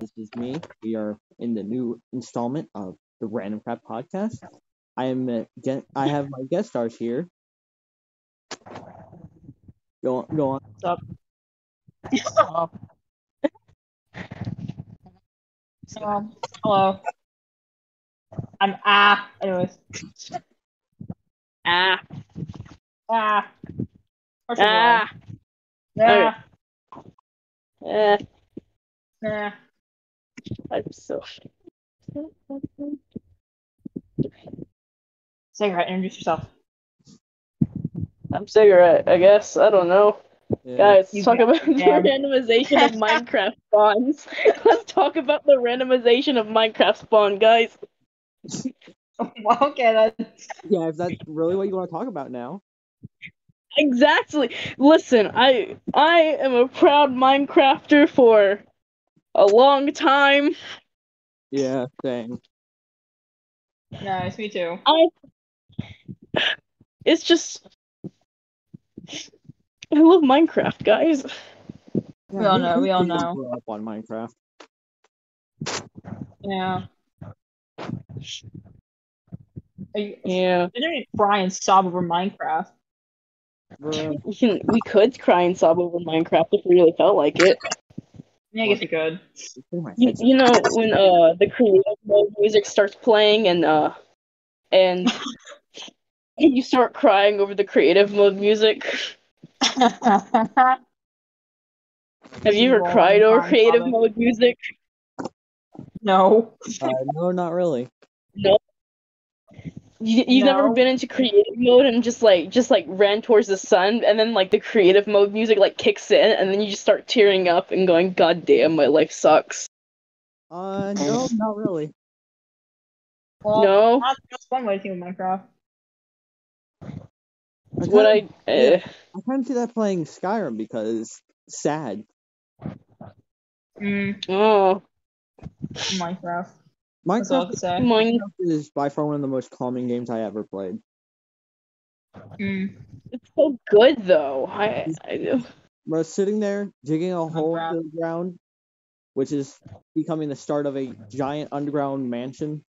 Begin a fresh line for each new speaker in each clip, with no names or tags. This is me. We are in the new installment of the Random Crap Podcast. I am uh, get, I have my guest stars here. Go on, go on.
Um, um, hello. I'm ah. Anyways,
Ah,
ah. Or something like
ah,
that. Nah,
eh,
nah.
I'm so.
Cigarette. Introduce yourself.
I'm cigarette, I guess. I don't know.
Yeah.
Guys,
You
let's talk about the
damn-
randomization of Minecraft spawns. let's talk about the randomization of Minecraft spawn, guys.
Well, okay then.
yeah, if that's really what you want to talk about now.
Exactly. Listen, I I am a proud Minecrafter for a long time.
Yeah, same.
Nice. Me too.
It's just I love Minecraft, guys.
We all know, we all know.
Grew up on Minecraft.
Yeah. Are you,
Yeah.
Didn't even cry and sob over Minecraft.
Bruh.
We can we could cry and sob over Minecraft if we really felt like it.
Yeah, I guess we could.
Oh my
You,
head's-
you know when uh the creative mode music starts playing and uh and and you start crying over the creative mode music. Have you ever
Roll
cried over
on,
creative
Robin.
mode music?
no.
Uh, no, not really.
You, you've never
No.
been into creative mode and just like just like ran towards the sun and then like the creative mode music like kicks in and then you just start tearing up and going, God damn, my life sucks.
Uh, no, not really.
Well,
no,
That's, that's one way to think of Minecraft.
I
what
kinda-
I eh,
I kind of see that playing Skyrim because sad.
Mm,
oh
Minecraft. That's all I
Minecraft
can say.
mine
is by far one of the most calming games I ever played.
Mm,
it's so good though. I, I
We're sitting there digging a hole
crap.
into the ground, which is becoming the start of a giant underground mansion.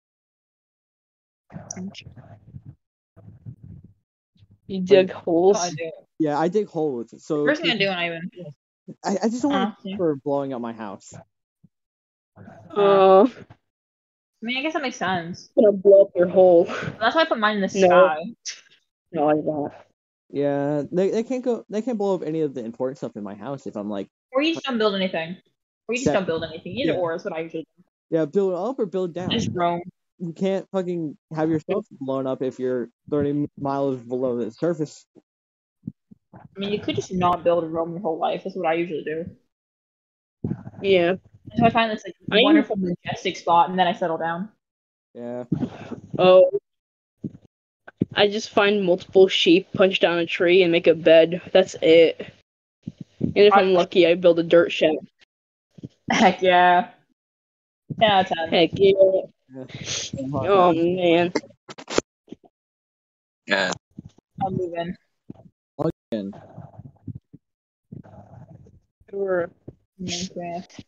you dig holes.
I do.
Yeah, I dig holes, so
First thing I do when I even.
I, I just don't want
Uh, yeah.
to for blowing up my house.
uh,
Oh,
I mean, I guess that makes sense.
gonna blow up your hole.
That's why I put mine in the
No.
sky.
No, I won't.
Yeah, they, they can't go. They can't blow up any of the important stuff in my house if I'm like,
Or you just don't build anything. Or you just
That-
don't build anything. Either
Yeah.
or is what I usually do.
yeah, build up or build down.
I just roam.
You can't fucking have yourself blown up if you're 30 miles below the surface.
I mean, you could just not build and roam your whole life. That's what I usually do.
Yeah.
So I find this like
I-
wonderful, majestic spot, and then I settle down.
Yeah,
Oh. I just find multiple sheep, punch down a tree, and make a bed. That's it. And if I'm lucky, I build a dirt shack.
Heck yeah. Ten out of ten.
Heck yeah. Oh man.
Yeah,
I'm moving.
Sure.
Minecraft.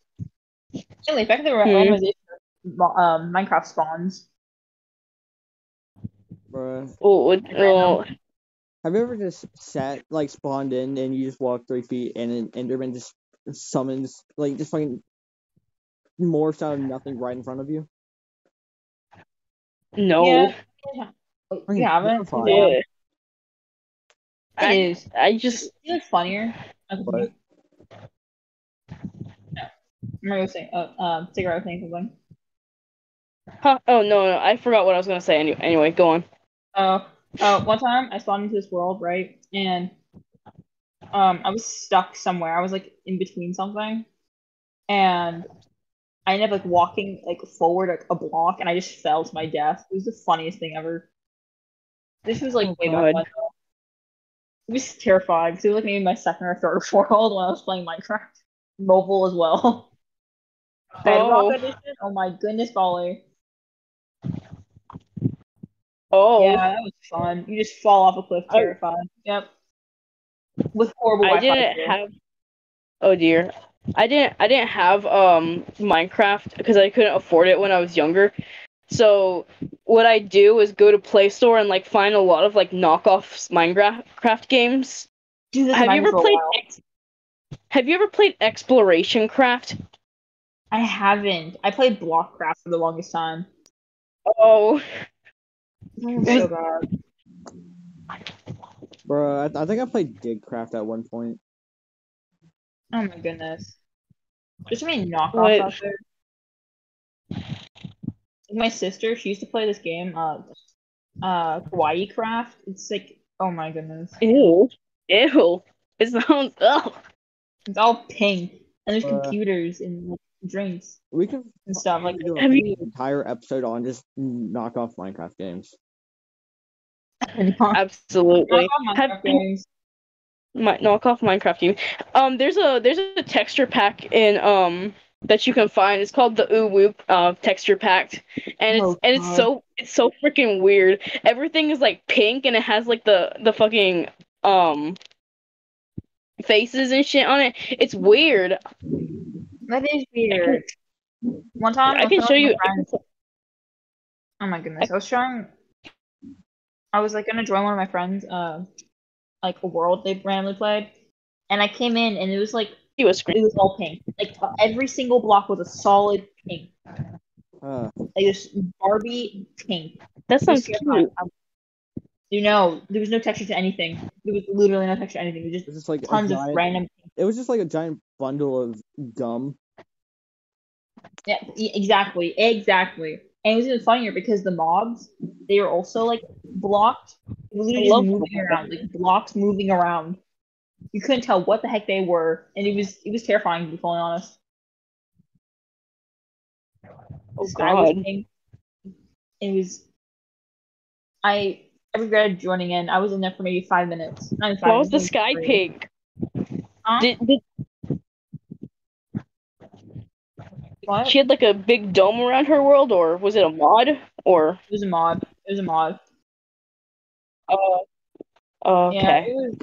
Anyway, back to the
Hmm.
randomization of mo- um, Minecraft spawns.
bruh.
Oh, what- oh,
Have you ever just sat like spawned in and you just walk three feet and an Enderman just summons like just fucking morphs out of nothing right in front of you?
no.
Yeah. Wait,
Fucking
you haven't?
terrifying.
Yeah.
Yeah. I,
It is.
I just
You know what's funnier? Okay.
What?
No. Mario was saying, uh, um, cigarette was saying something.
huh, oh no, no I forgot what I was gonna say anyway anyway go on
Oh, oh, one time I spawned into this world, right? And um, I was stuck somewhere. I was like in between something, and I ended up like walking like forward like, a block, and I just fell to my death. It was the funniest thing ever. This was like
Oh,
way
God.
back when. though. I was terrified because it was like maybe my second or third world when I was playing Minecraft mobile as well. Bedrock
Oh.
Edition. Oh my goodness, Bolly.
oh
Yeah, that was fun. You just fall off a cliff
I-
terrified. Yep. With horrible
Oh. I
Wi-Fi.
didn't
too.
have. Oh dear. I didn't I didn't have um Minecraft because I couldn't afford it when I was younger. So what I do is go to Play Store and like find a lot of like knockoff Minecraft games.
Do this
Have you
mine
ever
for a
played
while.
Ex- Have you ever played Exploration Craft?
I haven't. I played Blockcraft for the longest time.
Oh,
Oh, so bad.
Bro, I, th- I think I played Digcraft at one point.
Oh my goodness. There's so many knockoffs
What?
out there. Like, My sister, she used to play this game, uh, uh, Kawaii Craft. It's like, oh my goodness,
ew, ew. It sounds ugh.
it's all pink, and there's
Uh.
computers and like, drinks
We could
and stuff. Like,
do
Have
an
you-
entire episode on just knockoff Minecraft games.
Absolutely.
knockoff
Have-
Minecraft games.
my knock off Minecraft game. Um, there's a there's a texture pack in um that you can find. It's called the Uwu uh texture pack, and it's
Oh,
and it's
God.
so it's so freaking weird. Everything is like pink, and it has like the the fucking um faces and shit on it. It's weird.
That is weird. One time,
I can
was
show
with my
you.
friends- Oh my goodness. I was showing I was like gonna join one of my friends, uh like a world they randomly played. And I came in and it was like
You a screen.
it was all pink. Like uh, every single block was a solid pink.
Uh,
Like just Barbie pink.
That sounds
Just-
cute.
You know, there was no texture to anything. There was literally no texture to anything. It was
it
just
was just like a
tons of
giant,
random pink.
It was just like a giant bundle of gum.
Yeah, e- exactly, exactly. And it was even funnier because the mobs, they were also like blocked. They were literally
I
just
love
moving
mobs.
around, like blocks moving around. You couldn't tell what the heck they were, and it was it was terrifying to be fully honest.
Oh
This guy was
God.
pink. It was. I I regretted joining in. I was in there for maybe five minutes. Not even five
Why was the
minutes,
sky
maybe three.
pink?
Huh?
Did, did
What?
she had like a big dome around her world, or was it a mod, or
It was a mod. It was a mod.
uh,
Yeah,
okay?
it was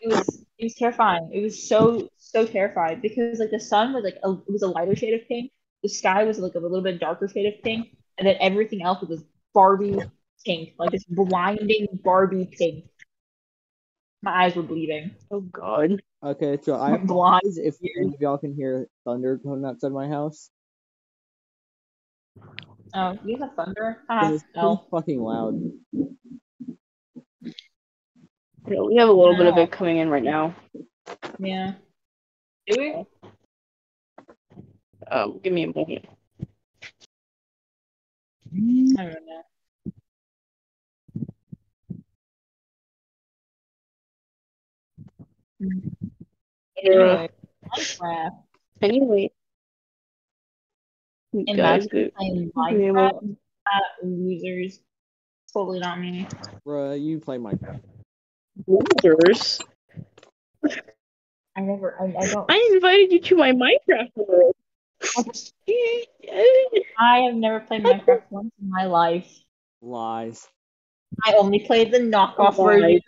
it was it was terrifying. It was so so terrified because like the sun was like a it was a lighter shade of pink, the sky was like a little bit darker shade of pink, and then everything else was this Barbie pink, like this blinding Barbie pink. My eyes were bleeding.
Oh God.
Okay, so I
Blind.
apologize if any of y'all can hear thunder coming outside my house.
Oh, you have thunder?
It
Ah,
was pretty
no.
fucking loud.
Yeah, we have a little bit of it coming in right now.
Yeah. Do we?
Um, give me a moment.
I don't know.
Uh,
Anyway, Minecraft.
anyway, You guys,
Imagine
go-
playing
give me a
Minecraft.
moment.
Uh, losers. Totally not me.
Bruh, you play Minecraft.
losers.
I never. I, I don't.
I invited you to my Minecraft world.
I have never played Minecraft once in my life.
Lies.
I only played the knockoff version.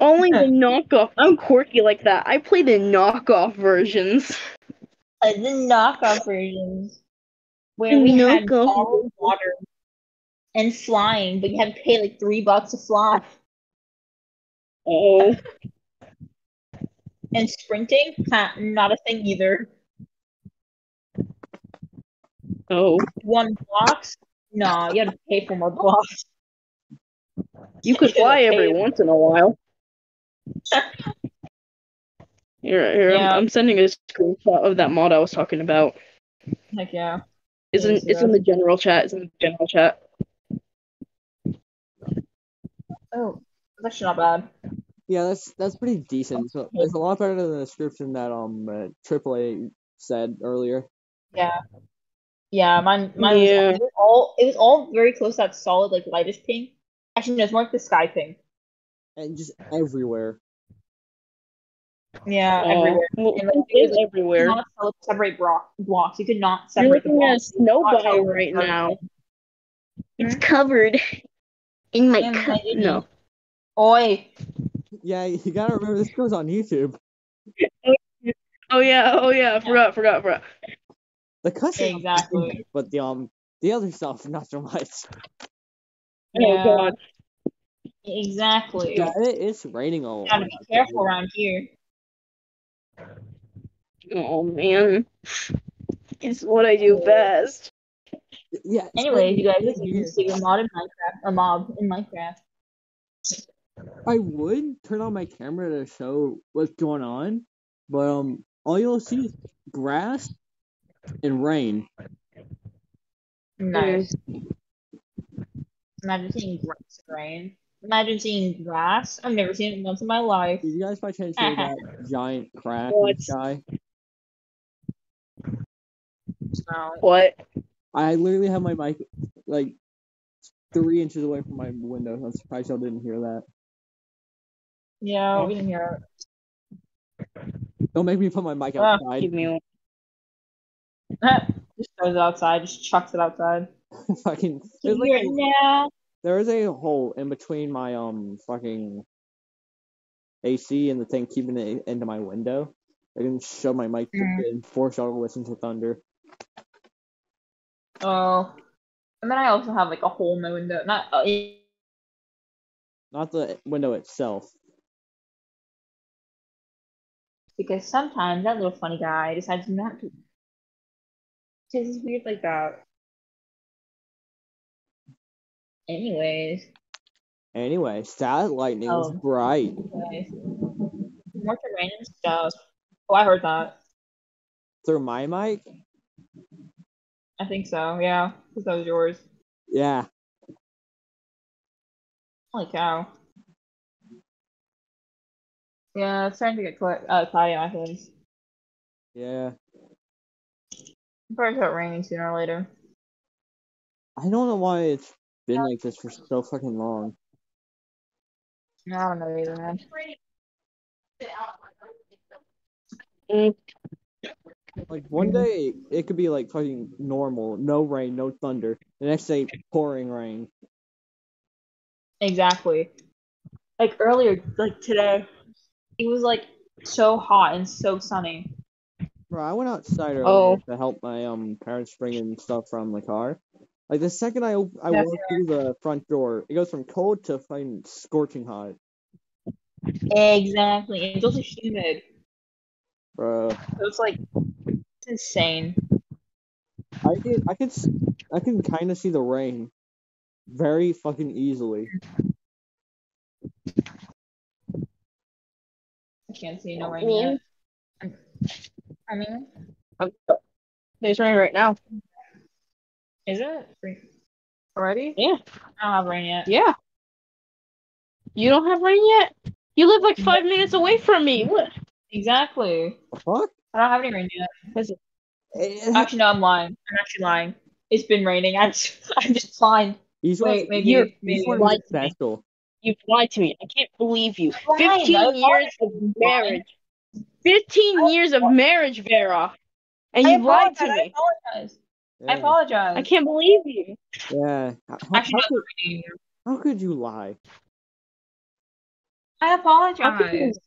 Only the knockoff. I'm quirky like that. I play the knockoff versions.
Played the knockoff versions where we had
Knockoff.
all water and flying, but you had to pay like three bucks to fly
Oh,
and sprinting. huh, not a thing either.
oh.
One blocks. No, you had to pay for more blocks.
You could fly every once in a while. Here, here, I'm-
Yeah.
I'm sending a screenshot of that mod I was talking about.
Heck yeah.
It's in,
Yes,
it's in the general chat. It's in the general chat.
Oh, that's not bad.
Yeah, that's that's pretty decent. So it's a lot better than the description that um uh, AAA said earlier.
Yeah, mine, mine
Yeah.
was, it was all it was all very close to that solid like lightish pink. Actually, no, it's more like the sky pink.
And just everywhere.
Yeah, everywhere.
Well,
And, like,
Uh, it is everywhere.
You could not separate bro- blocks. You could not
You're
separate the
looking at a
blocks.
snow
Watch out
biome
for
right
the-
now. It's covered Hmm? in my
Yeah,
cu-
my
no.
Oi,
Yeah, you gotta remember this goes on YouTube.
Oh yeah, oh yeah, I forgot, forgot, forgot.
The cussing,
Exactly.
but the um, the other stuff, not so much.
Yeah.
Oh god.
Exactly.
Yeah, it, it's raining a lot.
Gotta be careful around here.
Oh man. It's what I do best.
Yeah. it's
Anyways, you guys,
raining.
this is a mod in Minecraft. A mob in Minecraft.
I would turn on my camera to show what's going on, but um, all you'll see is grass and rain.
Nice. Imagine seeing grass and rain. Imagine seeing grass. I've never seen it once in my life.
Did you guys by chance hear that giant crack in the
What?
sky?
So
What?
I literally have my mic like three inches away from my window. I'm surprised y'all didn't hear that.
yeah, we didn't hear
Don't make me put my mic
Ah,
outside.
Give me one.
it. just goes outside. Just chucks it outside.
fucking
Can
there's
you hear
like
it
a,
now?
there is a hole in between my um fucking AC and the thing keeping it into my window. I can shove my mic
Mm.
and force y'all to listen to thunder.
Oh. And then I also have like a hole in my window. Not uh, in-
Not the window itself.
because sometimes that little funny guy decides not to. Because he's weird like that. Anyways.
Anyway, sad lightning was
Oh.
bright.
Nice. More to random stuff. Oh, I heard that.
Through my mic?
I think so. Yeah, because that was yours.
Yeah.
Holy cow. Yeah, it's starting to get cl- uh, cloudy. I think.
Yeah.
It'll Probably start raining sooner or later.
I don't know why it's been
Uh,
like this for so fucking long.
No, I don't know either, man.
Mm,
Like one day it, could be like fucking normal, no rain, no thunder. The next day pouring rain.
Exactly. Like earlier, like today, it was like so hot and so sunny.
Bro, I went outside earlier
Oh.
to help my um parents bring in stuff from the car. Like the second I op- I
Yeah,
walk through the front door, it goes from cold to fucking scorching hot,
Exactly. and It's also humid.
bro.
So it's like it's insane.
I could I could s- I can kind of see the rain, very fucking easily.
I can't see no rain yet. I mean,
It's raining right now.
is it Rain- already?
Yeah.
I don't have rain yet.
Yeah. You don't have rain yet? You live like five minutes away from me. What?
Exactly.
Fuck.
I don't have any rain yet.
It- it-
Actually, no, I'm lying. I'm actually lying. It's been raining. I'm just, I'm just lying.
Each
wait,
one's-
maybe-
each
maybe
one's
light-
special.
You've lied to me. I can't believe you.
Lying, I
Fifteen
was
years of marriage. Fifteen years of marriage, Vera. And you lied to me.
I apologize. I
Yeah.
apologize.
I can't believe you.
Yeah. How, how
Actually,
could,
it's raining.
how could you lie?
I
How could you-
apologize.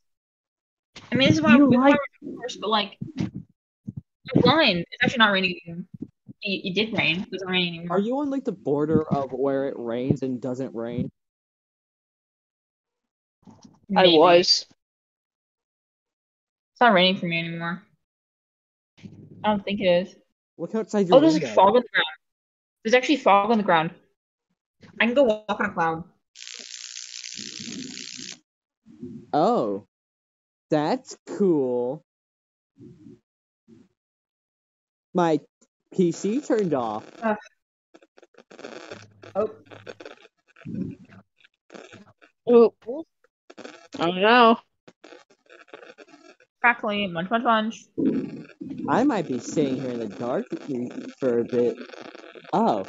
I mean, this is why
You
this is why
lied.
we're first, but like, I'm blind. It's actually not raining. anymore. It, it did rain. It wasn't raining anymore.
Are you on like the border of where it rains and doesn't rain?
I
Maybe.
was.
It's not raining for me anymore. I don't think it is.
Look outside your
Oh, there's like
window.
fog on the ground. There's actually fog on the ground. I can go walk on a cloud.
Oh, that's cool. My PC turned off.
Oop. I don't know.
Crackly, munch, munch, munch.
I might be sitting here in the dark for a bit. Oh.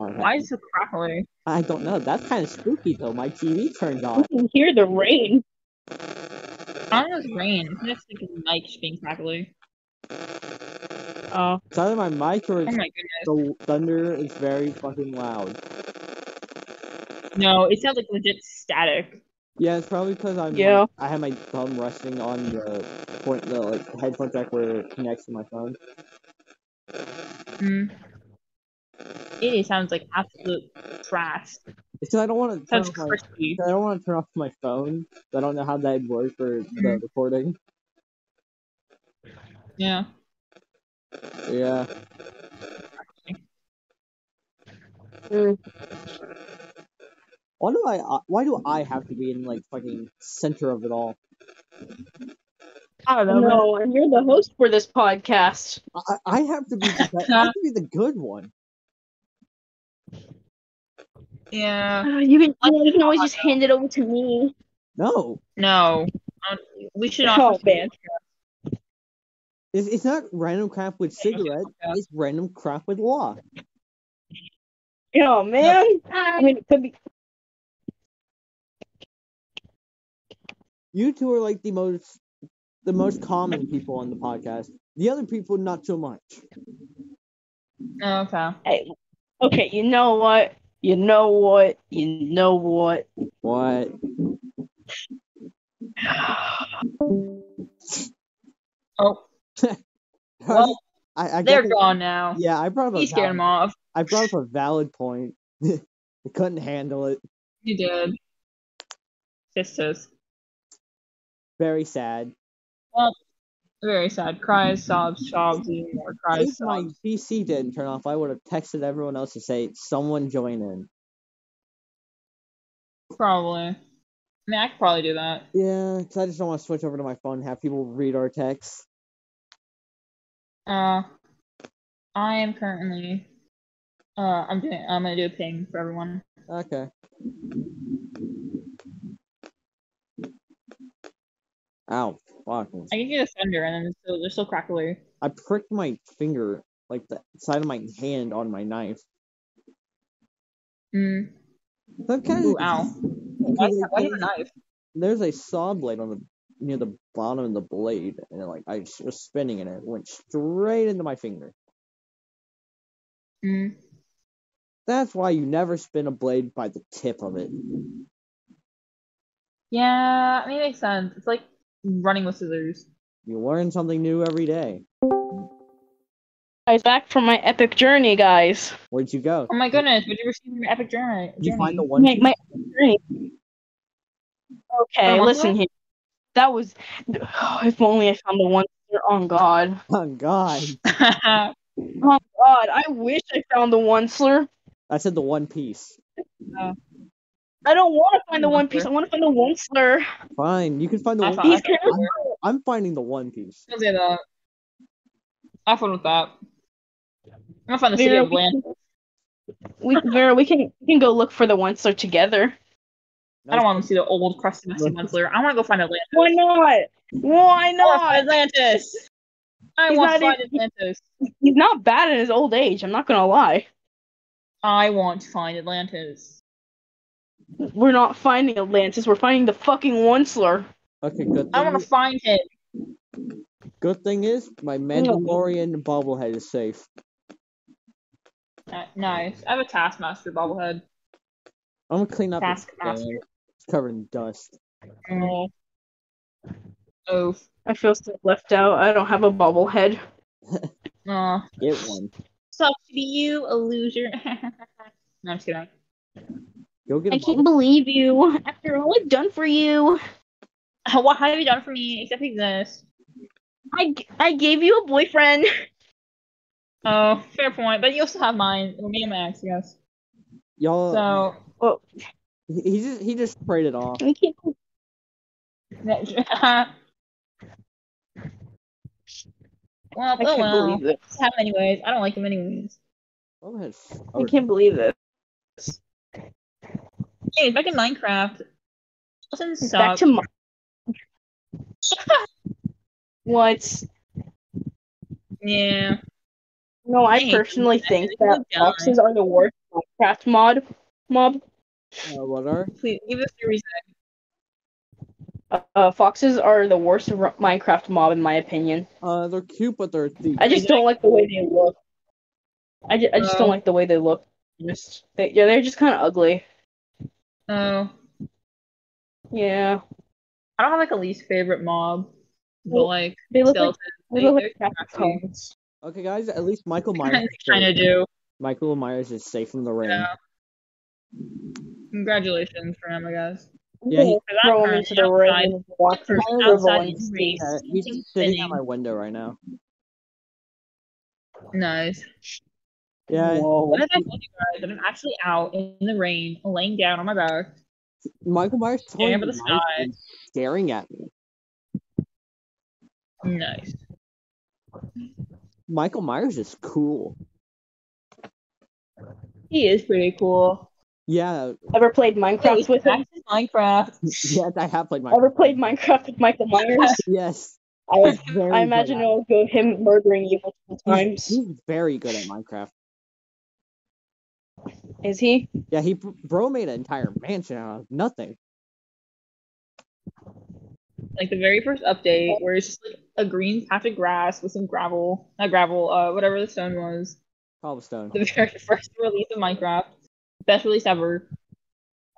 Okay.
Why is it so crackly?
I don't know. That's kind of spooky though. My TV turned off.
I can hear the rain.
I don't know if it's rain. I think it's like his mic just being crackly.
Oh.
It's either my mic or
Oh my
it's
goodness.
the thunder is very fucking loud.
No, it sounds like legit static.
Yeah, it's probably because I'm.
Yeah.
I have my thumb resting on the point, the like headphone jack where it connects to my phone.
Mm. It sounds like absolute trash.
It's 'cause I don't want to. Turn
Sounds
off Oh my,
crispy.
I don't want to turn off my phone. I don't know how that'd work for the
Mm-hmm.
Mhm.
recording.
Yeah.
Yeah.
Mm.
Why do I? uh, Why do I have to be in like fucking center of it all?
I don't
No, and you're the host for this podcast.
I, I have to be. The, I have to be the good one.
Yeah.
Uh, you can you can always just hand it over to me.
No,
No. Um, We should
Oh,
offer
man.
it's, it's not random crap with cigarette. It's random crap with law.
Oh man. I mean, it could be.
You two are like the most, the most common people on the podcast. The other people, not so much.
Oh, Okay.
Hey, okay, you know what? You know what? You know what?
What?
Oh, well,
I, I
they're
guess-
gone now.
Yeah, I brought up.
He
A
scared
valid,
him off.
I brought up a valid point. I couldn't handle it.
You did. Sisters.
Very sad.
Very sad. Cries, sobs, sobs, even more cries,
If Oh my
sobs.
PC didn't turn off, I would have texted everyone else to say, "Someone join in."
Probably. I mean, I could probably do that.
Yeah, because I just don't want to switch over to my phone and have people read our texts.
Uh, I am currently. Uh, I'm doing. I'm gonna do a ping for everyone.
Okay. Ow, fuck.
I can get a thunder, and then they're still, they're still crackly.
I pricked my finger, like the side of my hand on my knife.
Mm.
That kind
Ooh,
of,
ow. Why, why do you have a knife?
There's a saw blade on the near the bottom of the blade, and like I just was spinning, and it went straight into my finger.
Mm.
That's why you never spin a blade by the tip of it.
Yeah, I mean, it makes sense. It's like running with scissors.
You learn something new every day.
I was back from my epic journey, guys.
Where'd you go?
Oh my goodness! Would you ever see your epic journey?
Did you find the one?
My, my epic journey. Okay,
From
listen
Aqua?
here. That was. if only I found the one. On God.
Oh God!
journey?
Oh God, I wish I found the one slur.
I said the one piece.
I don't want to find the one
Wonder.
piece. I want to find the one slur.
Fine, you can find the
I
one.
thought
Piece.
I
He's
thought
terrible.
I'm finding the one piece.
Don't say that. I have fun with that. I'm gonna find the city
Vera,
of
we,
Bland.
can, we, Vera, we can we can go look for the one slur together.
I don't want to see the old crusty messy Munsler. I want to go find Atlantis.
Why not? Why
I want to find
not?
Atlantis. I
He's
want to
not
find Atlantis.
He's not bad in his old age. I'm not gonna lie.
I want to find Atlantis.
We're not finding Atlantis. We're finding the fucking one slur.
Okay, good.
I
thing-
want to find him.
Good thing is, my Mandalorian bobblehead is safe.
Uh, Nice. I have a Taskmaster bobblehead.
I'm gonna clean up. this
Taskmaster.
thing. It's covered in dust.
Mm. Oh.
I feel so left out. I don't have a bobblehead.
Uh,
Get one.
sucks to be you, a loser. no, I'm just kidding.
Go get a
I can't
bobble-
believe you. After all I've done for you,
What have you done for me except exist?
I I gave you a boyfriend.
Oh, fair point. But you also have mine. Well, me and my ex, yes.
Y'all,
So,
Well,
he he just he just sprayed it off.
we can't.
that- well,
I
oh
can't
well.
believe this.
Have him anyways. I don't like him anyways.
Bobblehead.
I can't believe this.
Hey, back in Minecraft. Doesn't suck.
Back to my. what?
yeah.
No, I
Hey,
personally
that's
think
a
that
good guy.
boxes are the worst Minecraft mod mob.
Uh, what are?
Please give us a reason.
Uh, foxes are the worst r- Minecraft mob in my opinion.
Uh, they're cute, but they're thieves.
I just don't like the way they look. I just, I just don't
Um,
like the way they look. Just they, yeah, they're just kind of ugly.
Oh.
Yeah.
I don't have like a least favorite mob, but
Well,
like
They look like
skeletons,
they look like
they're
traffic
crafty.
cones.
Okay, guys, at least Michael Myers.
kind
is safe.
of do.
Michael Myers is safe from the ring.
Yeah. Congratulations for him, I guess.
Yeah, he-
throw them into the ring and watch
Or
them
outside
revolve.
in
Yeah,
race.
he's
Something
just sitting
spinning.
out my window right now.
Nice.
Yeah,
Whoa.
What did I tell you guys? I'm actually out in the rain, laying down on my back.
Michael Myers is
Staring
holding
up at the
a knife
sky.
and staring at me.
Nice.
Michael Myers is cool.
He is pretty cool.
Yeah,
Ever played Minecraft with him?
Minecraft.
yes, I have played Michael.
Ever played Minecraft with Michael Myers?
Yes,
Oh, I, was-
he's very
I imagine
good
it will go him murdering you multiple
at-
times.
He's, he's very good at Minecraft.
Is he?
Yeah, he bro made an entire mansion out of nothing.
Like the very first update, where it's just like a green patch of grass with some gravel, not gravel, uh, whatever the stone was.
Cobblestone,
The very first release of Minecraft, best release ever.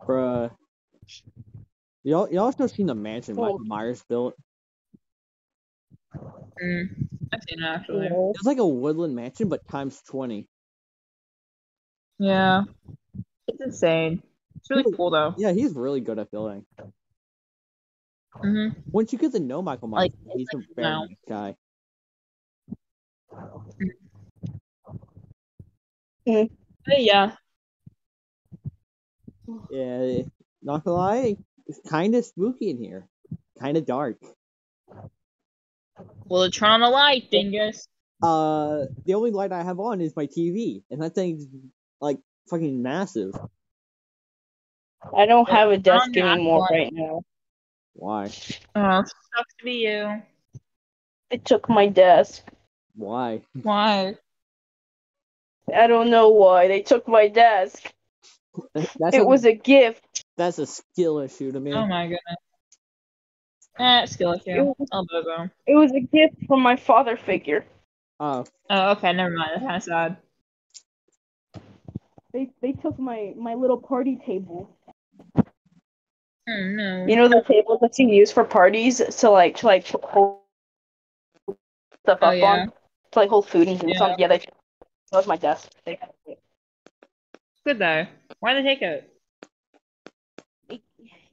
bruh. Y'all, y'all also seen the mansion
Oh.
Michael Myers built?
Mm, I've seen it actually.
No.
It's like a woodland mansion, but times twenty.
Yeah, it's insane. It's really cool though.
Yeah, he's really good at building.
hmm
Once you get to know Michael Myers,
Like,
he's a very
now.
nice guy.
But yeah,
Yeah, not gonna lie, it's kind of spooky in here, kind of dark.
well, turn on the light, dingus.
Uh, the only light I have on is my TV, and that thing's like fucking massive.
I don't have a desk
I'm not
anymore
one.
right now.
Why?
Oh, sucks to be you.
They took my desk.
Why?
Why?
I don't know why. They took my desk.
That- That's
It
a,
was a gift.
that's a skill issue to me.
Oh my goodness. Eh, skill issue. I'll do it though.
It was a gift from my father figure.
Oh,
Oh, okay, never mind. That's kind of sad.
They they took my my little party table.
Oh no.
You know the table that you use for parties to like to like hold stuff
Oh,
up
yeah.
on to like hold food and things
Yeah.
on. Yeah, they that was my desk. They,
Good though. Why did they take it?
they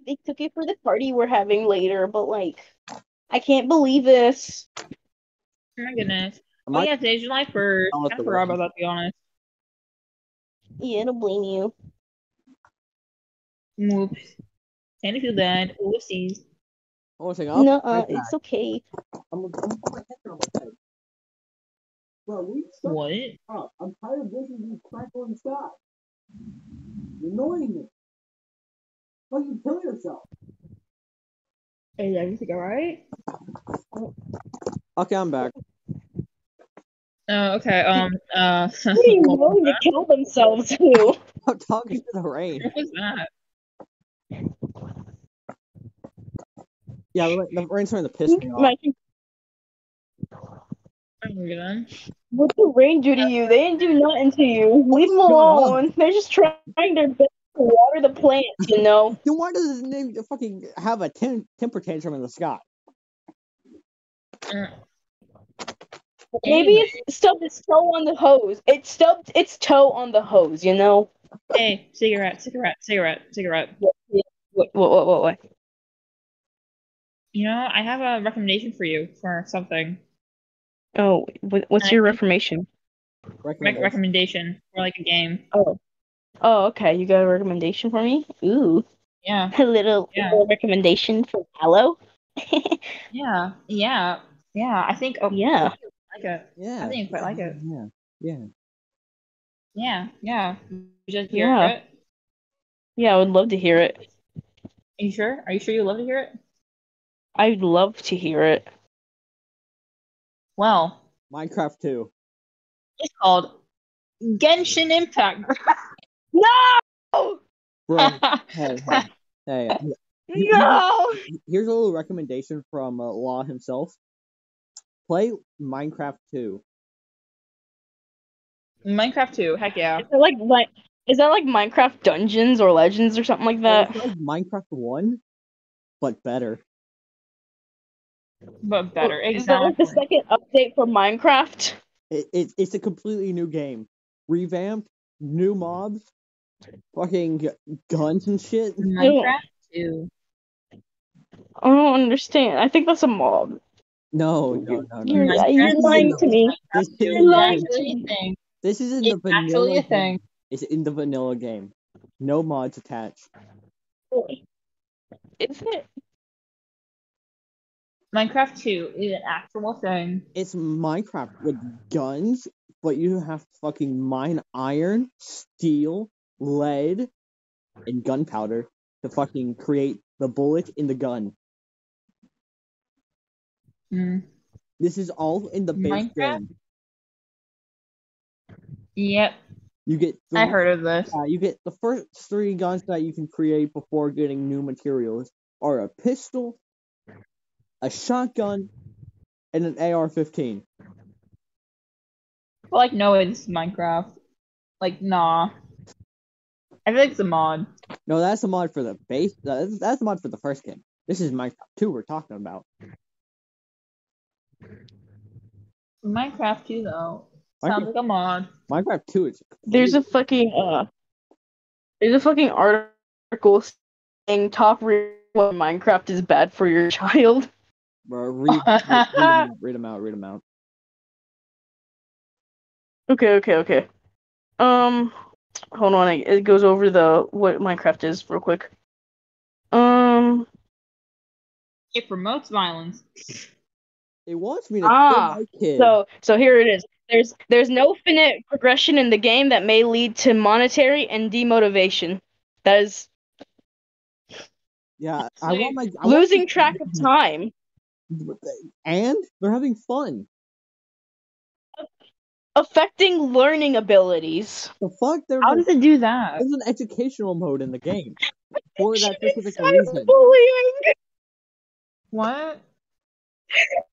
they took it for the party we're having later, but like I can't believe this.
Oh my goodness.
am
oh
I-
yeah, today's July first.
I'll let
I
the
forgot
world-
about that. To be honest.
Yeah, I don't blame you.
Whoops. And if you land, whoopsies.
hold on a second. I'll-
No, uh,
right back.
it's okay.
I'm, I'm gonna put my head on my head. Bro, we suck
What?
up. I'm tired of listening to you crackle and stop. You're annoying me. Fucking kill yourself.
Is everything alright?
Okay, I'm back.
Oh, okay. Um. Uh.
What are you
what
willing to kill themselves to?
I'm talking to the rain.
was that?
Yeah, the, the rain's starting to piss me off.
Like,
Oh my goodness.
what did rain do to you? They didn't do nothing to you. Leave them
going on?
alone. They're just trying their best to water the plants, you know.
Then why does his name fucking have a tem- temper tantrum in the sky?
Uh,
Maybe it stubbed its toe on the hose. It stubbed its toe on the hose, you know?
Hey, cigarette, cigarette, cigarette, cigarette.
What, what, what, what, what?
You know, I have a recommendation for you for something.
Oh, wh- what's your reformation?
Rec-
Recommend-
recommendation for like a game.
Oh. Oh, okay. You got a recommendation for me? Ooh.
Yeah.
A little,
Yeah.
little recommendation for Aloe?
Yeah. Yeah. Yeah. I think. Oh,
Yeah.
I like it.
yeah.
I think I quite like it.
Yeah.
Yeah. Yeah. You just hear
Yeah.
it.
Yeah, I would love to hear it.
Are you sure? Are you sure you love to hear it?
I'd love to hear it.
Well,
Minecraft 2.
it's called Genshin Impact.
No!
Bro, hey, hey, hey.
No!
Here's a little recommendation from uh, Law himself. Play Minecraft 2.
Minecraft 2. Heck yeah.
Is that like, like, is that like Minecraft Dungeons or Legends or something like that?
Minecraft 1? but better.
but better.
Is that like the
Exactly.
second update for Minecraft?
It, it it's a completely new game, revamped, new mobs, fucking gu- guns and shit.
Minecraft too.
I don't understand. I think that's a mob.
No, no, no, no.
You're,
Minecraft
you're
is
lying
a
to me.
This is,
It's
lying.
actually a thing.
this is in the
It's
vanilla.
actually a
game.
thing.
It's in the vanilla game. No mods attached.
Is it?
Minecraft 2 is an actual thing.
It's Minecraft with guns, but you have to fucking mine iron, steel, lead, and gunpowder to fucking create the bullet in the gun.
Mm.
This is all in the base
Minecraft?
game.
Yep,
You get
I
three-
heard of this.
Uh, you get the first three guns that you can create before getting new materials are a pistol, a shotgun, and an AR-15.
But like, no, it's Minecraft. Like, nah. I feel like it's a mod.
No, that's a mod for the base. That's, that's a mod for the first game. This is Minecraft 2 we're talking about.
Minecraft 2 though sounds
Minecraft,
like a mod.
Minecraft 2 is
There's a fucking uh, there's a fucking article saying top reason why Minecraft is bad for your child.
Bro, read, read, read 'em out, read 'em out, read 'em out.
Okay, okay, okay. Um, hold on. I- It goes over the what Minecraft is real quick. Um,
It promotes violence.
It wants me to
Ah,
kill my kid.
So so here it is. There's there's no finite progression in the game that may lead to monetary and demotivation. That is
yeah, I want my I want
losing
my-
track of time.
And they're having fun.
Affecting learning abilities.
The fuck? They're
How does it do that?
There's an educational mode in the game for that specific
Cyberbullying.
reason.
What?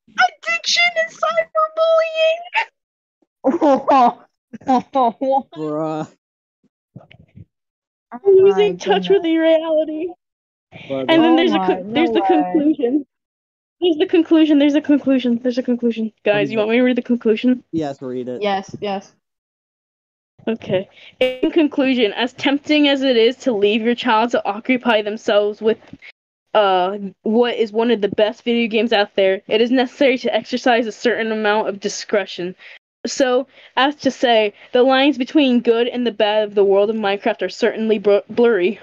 Addiction and cyberbullying. Oh
Bruh,
Oh
Losing touch with the reality.
bruh,
And
Oh
then there's a
my-
con-
no
there's the
way.
conclusion. There's the conclusion. There's a conclusion. There's a conclusion. Guys, you want me to read the conclusion?
yes, read it.
Yes, yes.
Okay. In conclusion, as tempting as it is to leave your child to occupy themselves with uh what is one of the best video games out there, it is necessary to exercise a certain amount of discretion. So, as to say, the lines between good and the bad of the world of Minecraft are certainly br- blurry.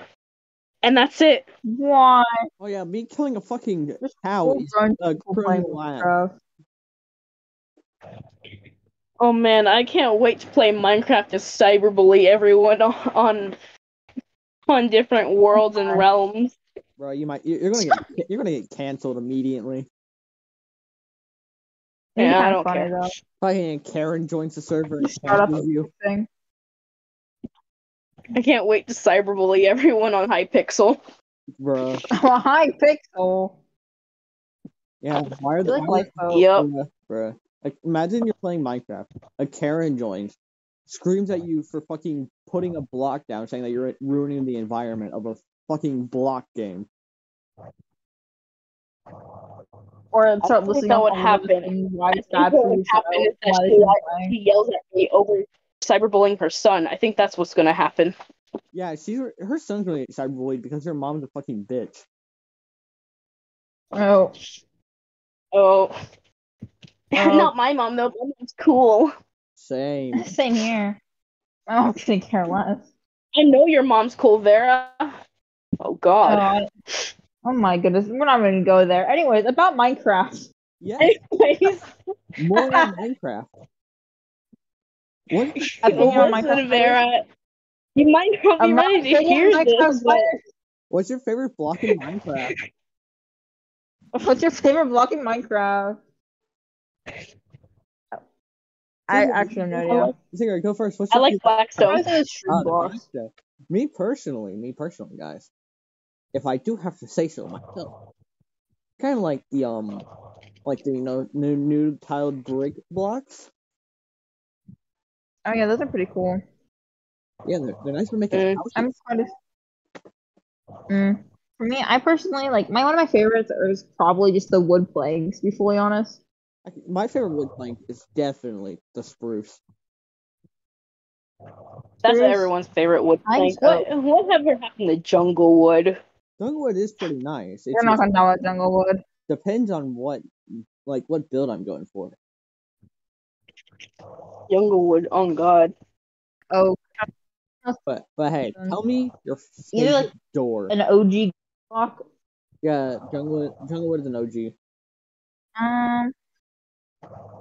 And that's it.
Why?
Oh yeah, me killing a fucking cow is a criminal act.
Oh man, I can't wait to play Minecraft and cyberbully everyone on on different worlds and realms.
Bro, you might you're gonna get you're gonna get canceled immediately.
Yeah, I don't care.
Fucking Karen joins the server and
Shut up.
cancels you.
Thing.
I can't wait to cyberbully everyone on Hypixel.
Bro,
Oh, hi, Pixel.
yeah, why are the
I feel like
why
Lifeboat.
Yep.
are- bruh, bruh. Like, imagine you're playing Minecraft. A Karen joins, screams at you for fucking putting a block down, saying that you're ruining the environment of a fucking block game.
Or start
think
listening
that
to
would
all the
happen.
things Why
I
it's
think
bad
what
for
would
you,
happen
so
is that
why
she
they shouldn't
likes-
play.
She yells at me over cyberbullying her son. I think that's what's gonna happen.
Yeah, she's her son's really cyberbullied because her mom's a fucking bitch.
Oh,
Oh.
Oh.
Not my mom though. My mom's cool.
Same.
same here. I don't think care less.
I know your mom's cool, Vera. Oh
Oh,
God.
I- oh my goodness, we're not going to go there. Anyways, about Minecraft.
Yeah,
Anyways,
more on Minecraft. What?
I think you're on
listen,
Minecraft.
Vera. You might not be
I'm not
ready to
saying
hear
Minecraft
this. but-
What's your favorite block in Minecraft?
player. What's your favorite block in Minecraft? I actually have no idea.
Singer, go first. What's
I
your
like
favorite
I
Blackstone.
think it's
block
true block.
in Minecraft? Me personally, me personally, guys. If I do have to say so myself, kind of like the um, like the you know new new tiled brick blocks.
Oh yeah, those are pretty cool.
Yeah, they're, they're nice for making
Mm.
houses.
I'm just kind of. Mm. For me, I personally like my one of my favorites is probably just the wood plagues. To be fully honest,
I- My favorite wood plank is definitely the spruce.
That's
There is-
everyone's favorite wood
I
plank.
just-
What whatever happened to jungle wood?
Dungwood is pretty nice. It
we're not gonna talk about jungle wood.
depends on what, like, what build I'm going for.
Jungle wood. Oh God.
Oh,
But but hey,
Um,
tell me your
either,
favorite
like,
door.
an OG block.
Yeah, Junglewood. Junglewood is an OG.
Um,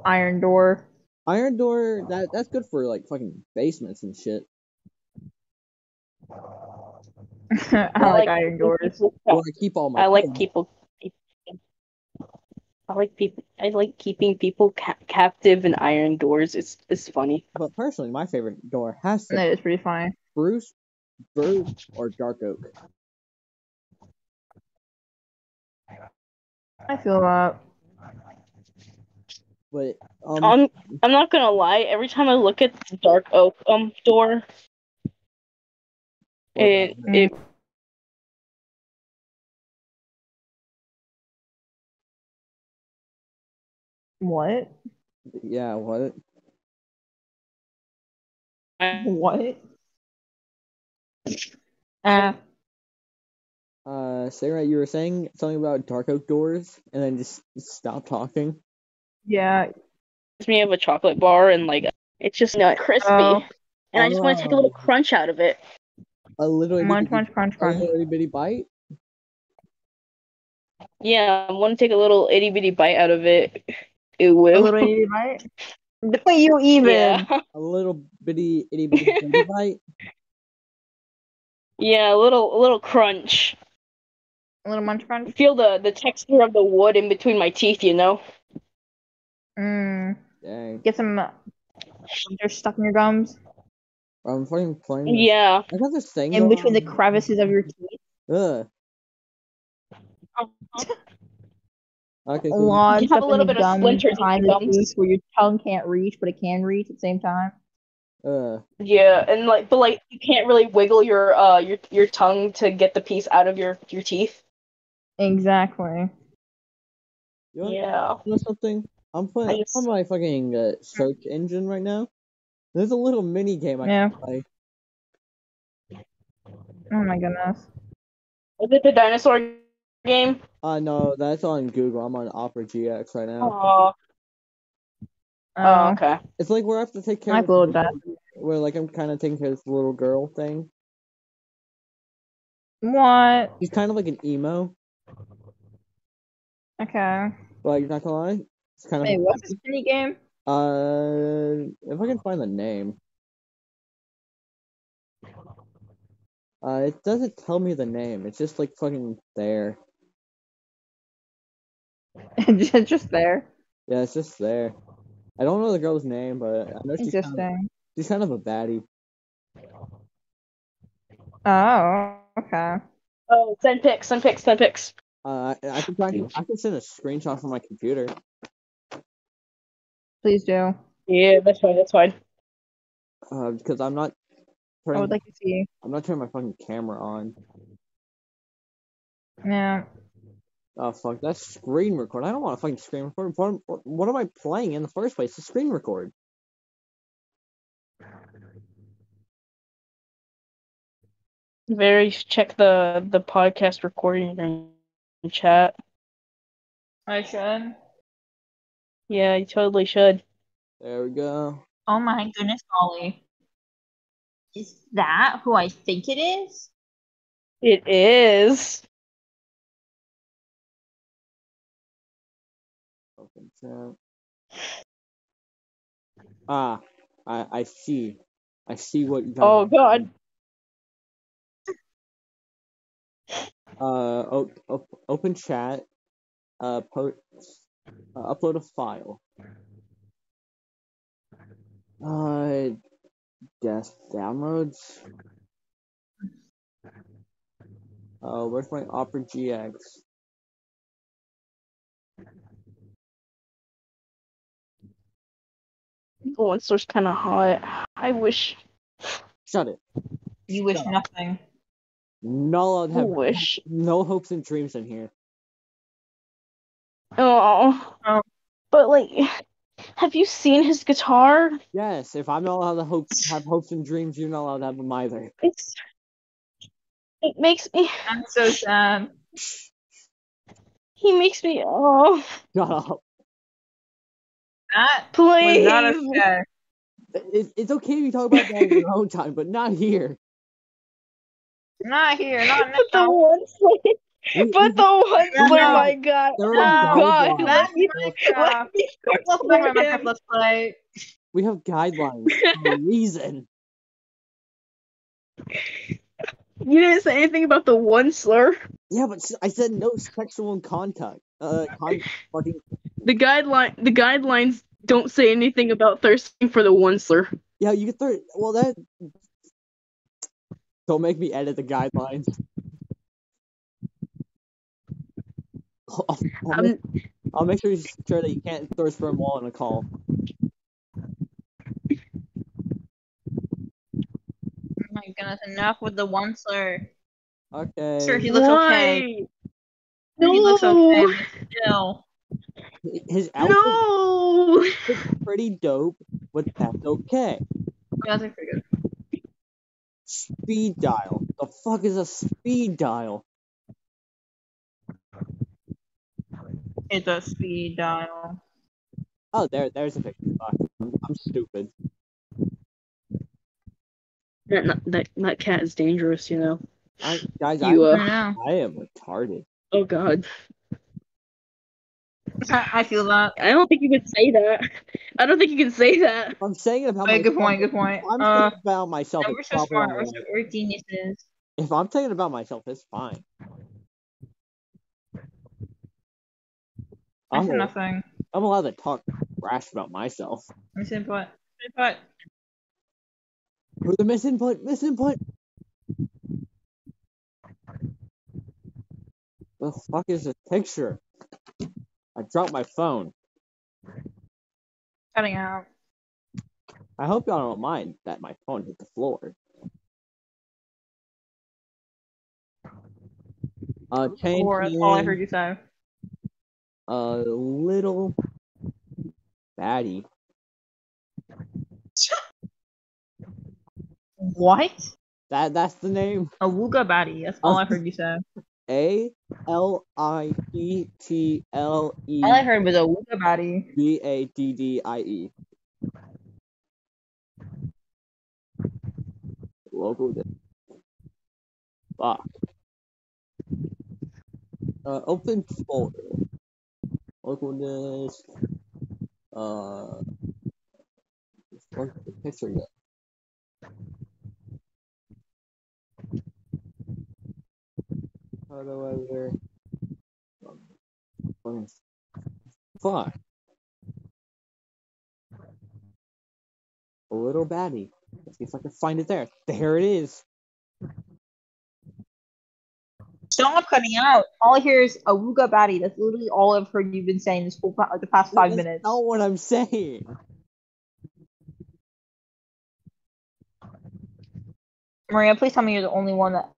iron door.
Iron door. That that's good for like fucking basements and shit.
I like iron doors.
I want to keep all my.
I like
things.
people. I like people. I like keeping people ca- captive in iron doors. It's it's funny.
But personally, my favorite door has to
That is pretty funny.
spruce, birch, or dark oak.
I feel uh, that.
But um,
I'm I'm not gonna lie. Every time I look at the dark oak um door, it it
What?
yeah, what?
What? Ah,
Uh, Sarah, you were saying something about dark oak doors, and then just stop talking.
yeah.
reminds me of a chocolate bar and like it's just not crispy.
Oh.
and I just want to take a little crunch out of it.
A little itty
Crunch,
bitty-
crunch, crunch,
a
crunch.
little itty bitty bite.
Yeah, I want to take a little itty bitty bite out of it. It
A
will.
little itty bite. The way you even.
yeah.
A little bitty itty bitty bitty bite.
yeah, a little a little crunch.
A little munch crunch.
Feel the the texture of the wood in between my teeth. You know.
Mm.
Dang.
Get some. Uh, they're stuck in your gums.
I'm fucking playing. this.
Yeah.
I got this thing
In
going
between the
um,
on.
crevices of your teeth.
Ugh. Okay.
A
So
lot
You
stuck
have a little
in your
bit of
gums,
splinters in
behind
your
the
gums.
teeth where your tongue can't reach, but it can reach at the same time.
Uh,
Yeah, and like, but like, you can't really wiggle your uh your your tongue to get the piece out of your your teeth.
Exactly.
you want
Yeah.
to know something? I'm playing
Nice.
I'm on my fucking uh, search engine right now. There's a little mini game I
Yeah.
can play.
Oh my goodness.
Is it the dinosaur game?
Uh, no, that's on Google. I'm on Opera GX right now.
Oh.
Oh,
okay.
It's like where I have to take care
my
of
little dad.
where like I'm kind of taking care of this little girl thing.
What?
She's kind of like an emo,
Okay.
Uh-huh.
like not gonna lie. It's kind of
Wait, what's this mini game?
Uh, if I can find the name. Uh, it doesn't tell me the name. It's just like fucking there.
just, just there.
Yeah, it's just there. I don't know the girl's name, but I know she's kind of,
Interesting.
she's kind of a baddie.
Oh, okay.
Oh, send pics, send pics, send pics.
Uh, I, I can find, I can send a screenshot from my computer.
Please do.
Yeah, that's fine. That's fine.
Uh, because I'm not
I
turning,
would like to see.
I'm not turning my fucking camera on.
Yeah.
Oh fuck, that's screen record. I don't want to fucking screen record. What, am- what- what am I playing in the first place? To screen record.
Very check the the podcast recording and chat.
I should.
Yeah, you totally should.
There we go.
Oh my goodness, Ollie. Is that who I think it is?
It is.
Open chat. Ah, I I see. I see what. you're
Oh
talking about.
God.
Uh, o- op- open chat. Uh, post. Uh, upload a file. Uh, guess downloads. Uh, where's my Opera GX?
The one store's kind of hot. I wish.
Shut it.
You wish
Shut
nothing.
Not allowed to
I
have
wish.
no hopes and dreams in here.
Oh.
Oh.
But like, have you seen his guitar?
Yes, if I'm not allowed to hope, have hopes and dreams, you're not allowed to have them either.
It's. It makes me.
I'm so sad.
He makes me. Oh,
Shut up.
That was
please.
not okay.
It, it's okay if you talk about that in your own time, but not here.
Not here. Not
But the
now.
one place.
We- we-
But the one.
No.
Oh my god.
There
Oh
are
god.
guidelines.
Let me-
Minecraft.
let me start
Welcome to my
swearing.
Minecraft Let's Play.
we have guidelines for a reason.
You didn't say anything about the one slur.
Yeah, but s- I said no sexual contact. Uh, con- fucking
The guideline. The guidelines don't say anything about thirsting for the one slur.
yeah. You could throw. Well, that don't make me edit the guidelines. I'll, I'll make,
Um,
I'm,
I'll make sure, you- sure that you can't throw sperm wall on a call.
Oh my goodness, enough with the one slur.
Okay.
Sure, he looks okay.
No.
He looks okay, but still.
His outfit
No.
is pretty dope, but that's okay.
Yeah, that's pretty good.
Speed dial. The fuck is a speed dial?
It's a speed dial.
Oh, there, there's a picture. Fuck. I'm, I'm stupid.
That, that- that that cat is dangerous, you know.
I, guys,
You,
I,
uh,
I know.
I am retarded.
Oh God,
I feel that.
I don't think you could say that. I don't think you can say that.
I'm saying it about
Wait, good
myself.
point, good point.
I'm
Uh,
saying it about myself.
no, we're
it's
so
probably
smart. We're, so,
wrong.
we're geniuses.
If I'm saying it about myself, it's fine.
I
I'm,
said
al-
nothing.
I'm allowed to talk trash about myself.
I said input. Input.
Who's the misinput? Misinput? The fuck is this picture? I dropped my phone.
Cutting out.
I hope y'all don't mind that my phone hit the floor. Uh, change
Or that's
name,
all I heard you say.
uh, little baddie.
What?
That that's the name.
A wooga baddie. That's all I heard you say.
A L I E T L E
All I heard was a wooga baddie.
B A D D I E. Local. di- Fuck. Uh, open folder. Local disk. Uh. Where's the picture go? Photo editor. Um, what is- Fuck. A little baddie. Let's see if I can find it there. There it is.
Stop cutting out. All I hear is a wooga baddie. That's literally all I've heard you've been saying this whole like the past five
That's
minutes.
Not what I'm saying.
Maria, please tell me you're the only one that.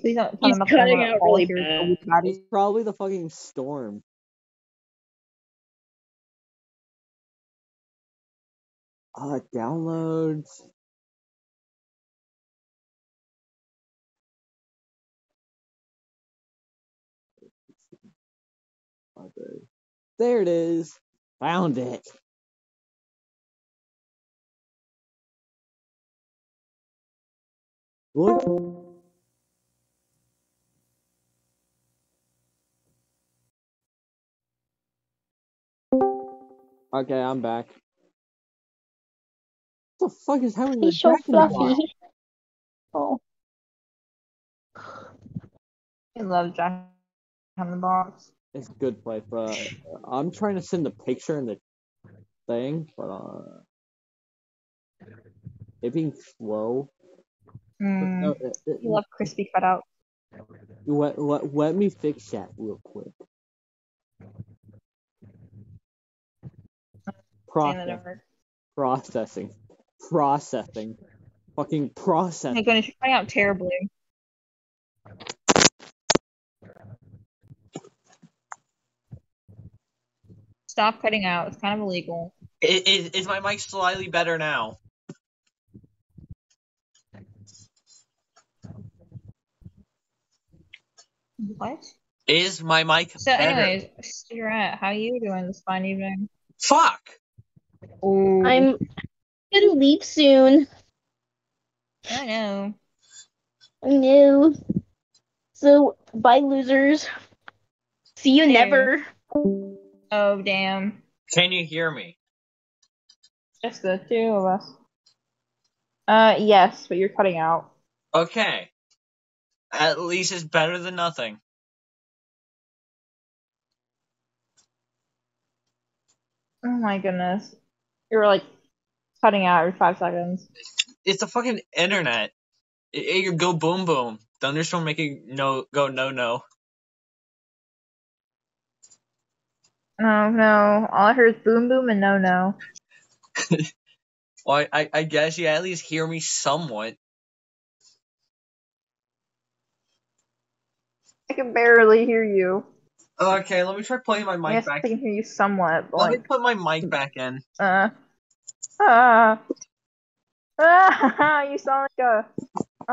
Please don't. tell me
He's
I'm not the only
cutting
one that
out
all
really
hears
bad.
a wooga baddie.
It's probably the fucking storm. Uh, downloads. Library. There it is. Found it. Look Okay, I'm back. What the fuck is happening with
He's so
Dragon Ball?
fluffy. Oh,
I love Jack in the Box.
It's a good play, but uh, I'm trying to send a picture in the thing, but uh, it being slow.
Mm.
No, uh, it- it-
You love crispy cutout.
let, let, let me fix that real quick.
Saying that
Process,
over.
processing, processing, fucking
Oh
processing.
my goodness, you're cutting out terribly. Stop cutting out. It's kind of illegal.
I- Is, is my mic slightly better now?
What?
Is my mic
So,
better?
anyways, Strat, how you doing this fine evening?
Fuck!
Ooh,
I'm gonna leave soon.
I know.
No. So bye, losers. See you
Hey.
never.
Oh damn,
Can you hear me?
just the two of us. Uh, yes, but you're cutting out.
Okay. At least it's better than nothing.
Oh my goodness, you're like cutting out every five seconds.
It's the fucking internet. It, it could go boom boom. Thunderstorm making no go no no.
No, Oh, no. All I heard is boom, boom, and no, no.
Well, I, I, I guess you at least hear me somewhat.
I can barely hear you.
Okay, let me try putting my mic
yes,
back.
I can hear you somewhat, but
Let me
like,
put my mic back in.
uh, ah, ah, you sound like a.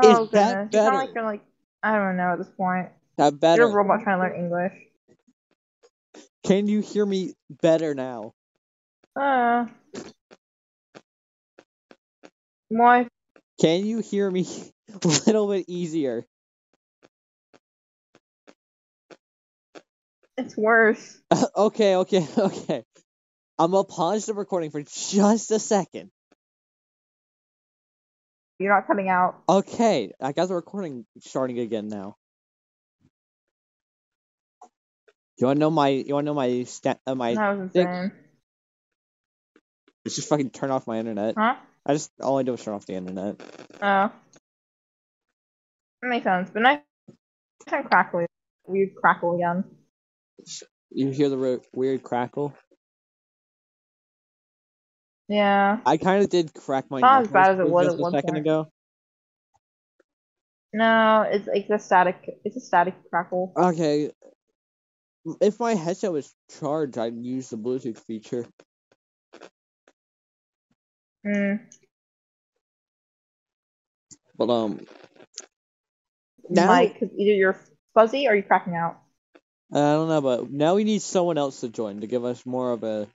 Oh
Is that
goodness, you sound
better?
like you're like I don't know at this point.
That better.
You're a robot trying to learn English.
Can you hear me better now?
Uh. Why?
Can you hear me a little bit easier?
It's worse.
okay, okay, okay. I'm gonna pause the recording for just a second.
You're not cutting out.
Okay, I got the recording starting again now. You wanna know my? You wanna know my stat? Uh, my
That was
think-
insane.
Let's just fucking turn off my internet.
Huh?
I just all I do is turn off the internet.
Oh. That makes sense. But nice and crackly. Weird crackle again.
You hear the re- weird crackle?
Yeah.
I kind of did crack my.
Not as
knuckles
bad as it was
just
at one
a second
point.
ago.
No, it's it's a static. It's a static crackle.
Okay. If my headset was charged, I'd use the Bluetooth feature.
Mm.
But um, Now-
Now, Mike, 'cause either you're fuzzy or you're cracking out.
I don't know. But now we need someone else to join to give us more of a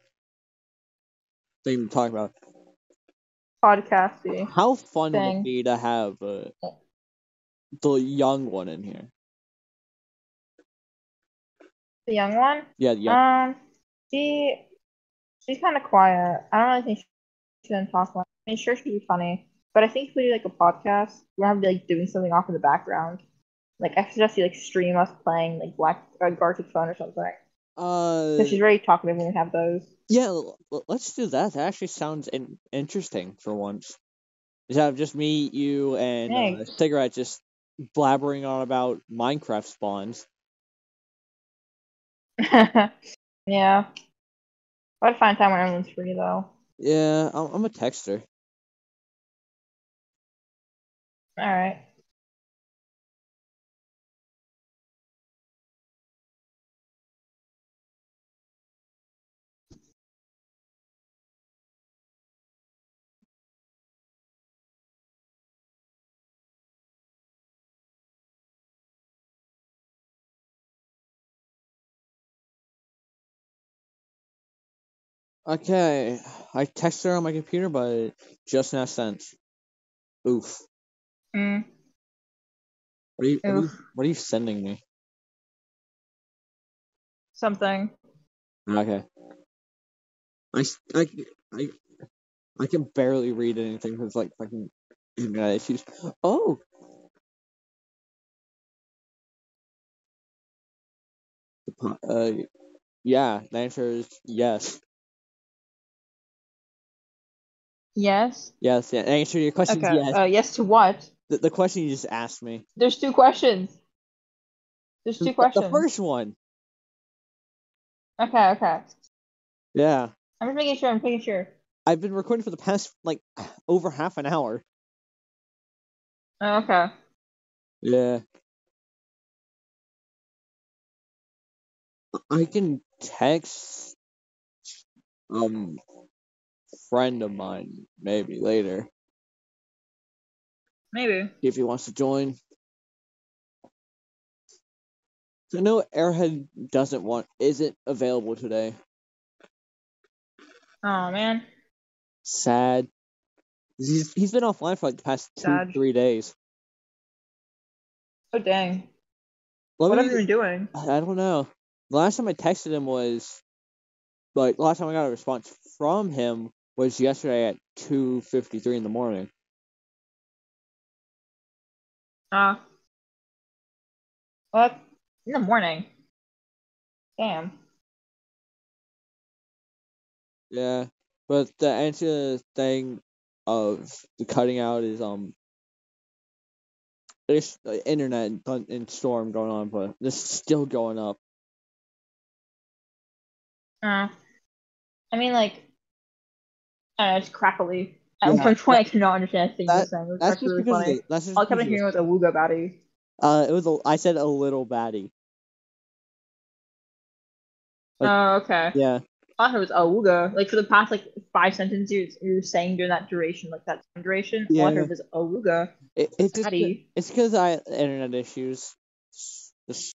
thing to talk about.
Podcasty.
How fun would
Thing.
it be to have uh, the young one in here?
The young one.
Yeah, yeah.
Um, she she's kind of quiet. I don't really think she can talk much. I mean, sure, she'd be funny, but I think if we do like a podcast, we're gonna have to be like doing something off in the background. Like I suggest you like stream us playing like Black uh, Gartic Phone or something.
uh,
Because she's very talkative when we have those.
yeah. l- l- Let's do that. That actually sounds in- interesting for once. Instead of just me, you, and uh,
Thanks.
cigarette just blabbering on about Minecraft spawns.
yeah. I'd find time when everyone's free though.
Yeah, I'm, I'm a texter.
All right.
Okay, I texted her on my computer, but it just now sent. Oof.
Mm.
What are you? What are you,
Oof.
what are you sending me?
Something.
Okay. I, s- I, I, I can barely read anything because like fucking internet issues. Oh. The po- Uh, yeah. The answer is yes.
Yes.
Yes. Yeah. The answer to your question
Okay.
is yes.
Uh, yes to what?
the, the question you just asked me.
There's two questions. There's
The-
two questions.
The first one.
Okay. Okay.
Yeah.
I'm just making sure. I'm making sure.
I've been recording for the past like over half an hour.
Oh, okay.
Yeah. I can text um friend of mine maybe later
Maybe.
if he wants to join. So I know Airhead doesn't want isn't available today.
Oh man.
Sad. He's, he's been offline for like the past two
Sad.
three days.
Oh dang.
Let
What
me-
have you been doing?
I don't know. The last time I texted him was like the last time I got a response from him was yesterday at two fifty three in the morning.
Ah. Uh, what? In the morning. Damn.
Yeah. But the answer thing of the cutting out is um there's uh, internet and, thun- and storm going on, but this is still going up.
Uh, I mean, like, I don't know, it's crackly. At
Yeah.
one point, I cannot understand a thing you're
That-
saying. It was
That's
actually
just
really
because of
funny.
the- that's just
All I kept
because
on
of the-
hearing was a wooga baddie.
uh it was a, I said a little batty. Like-
oh, okay.
Yeah.
I thought it was a wooga. Like, for the past, like, five sentences you you were saying during that duration, like, that time duration, all I
Yeah.
heard was a wooga
It, it's just
baddie.
it's because I internet issues. Just-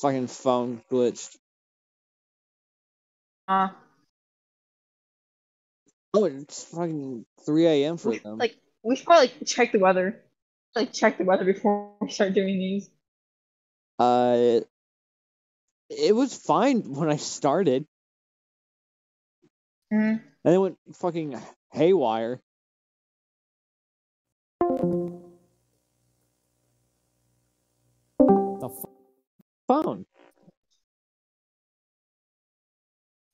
Fucking phone glitched.
Uh,
Oh, it's fucking 3 a.m. for
we,
them.
like, we should probably, like, check the weather. Like, check the weather before we start doing these.
uh, it was fine when I started,
Mhm.
and it went fucking haywire. The f- phone,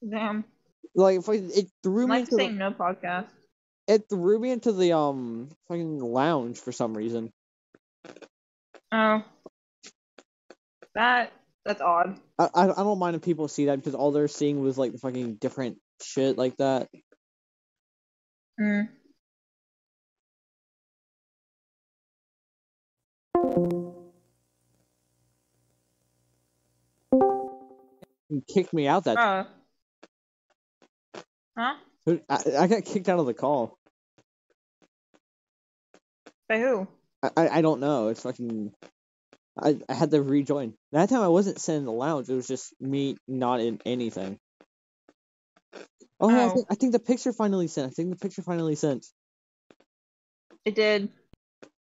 Damn.
like fucking- it threw
I'm,
me
like,
into the-
saying no podcast.
it threw me into the um fucking lounge for some reason.
Oh. That, that's odd.
I, I I don't mind if people see that because all they're seeing was like the fucking different shit like that.
Mm.
And kicked me out that
Uh. Huh?
I, I got kicked out of the call.
By who?
I, I I don't know. It's fucking. I, I had to rejoin. That time I wasn't sitting in the lounge. It was just me not in anything. Oh, yeah, I,
Oh.
think, I think the picture finally sent. I think the picture finally sent.
It did.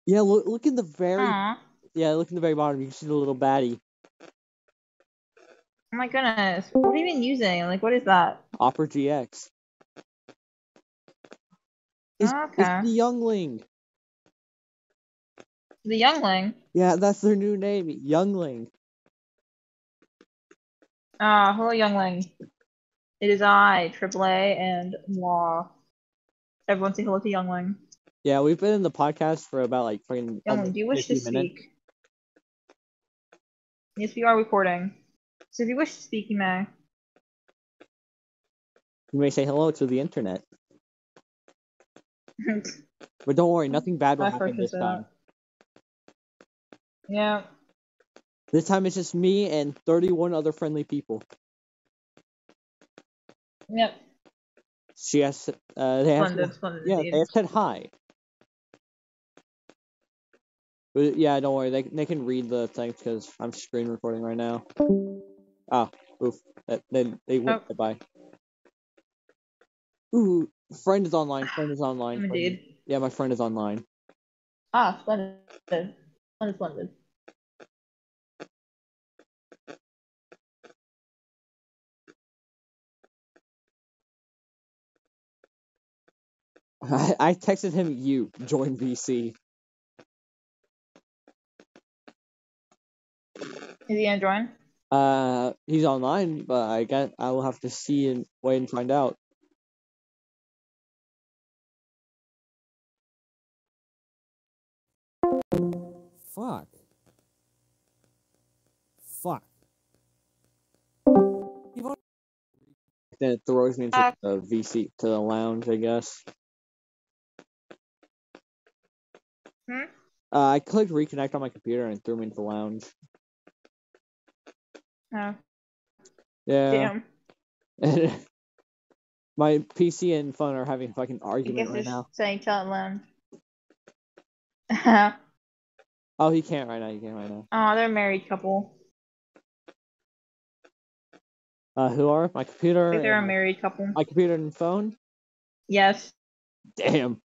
Yeah, look, look in the very
Aw.
yeah, look in the very bottom. You can see the little baddie
Oh my goodness. What are you even using? Like, what is that?
Opera GX. It's,
Oh, Okay.
it's the Youngling.
The youngling.
Yeah, that's their new name, Youngling.
Ah, hello, youngling. It is I, AAA, and Law. Everyone say hello to youngling.
Yeah, we've been in the podcast for about like fucking.
Youngling, do you wish to
50 minutes.
speak? Yes, we are recording. So if you wish to speak, you may.
You may say hello to the internet, but don't worry, nothing bad will
I
happen this
purchased that.
time.
yeah.
This time it's just me and 31 other friendly people.
Yep.
She has, uh, they have,
Splendid, splendid.
yeah,
indeed.
they have said hi. But yeah, don't worry, they, they can read the thing because I'm screen recording right now. Ah, oof, that, they they went goodbye. Ooh, friend is online. Friend is online. friend-
Indeed.
Yeah, my friend is online.
Ah, splendid. Splendid, splendid.
I, I texted him, "You join VC."
Is he gonna join?
Uh, he's online, but I guess I will have to see and wait and find out. Fuck. Fuck. Then it throws me into
Fuck.
the VC to the lounge, I guess.
Hmm?
Uh, I clicked reconnect on my computer and it threw me into the lounge.
Oh,
Yeah.
damn.
my PC and phone are having a fucking
I guess
argument right
there's
now.
saying child alone. oh,
Oh, he can't right now. He can't right now.
they're a married couple.
Uh, who are my
I
computer?
think they're a
and-
married couple.
my computer and phone.
Yes.
Damn.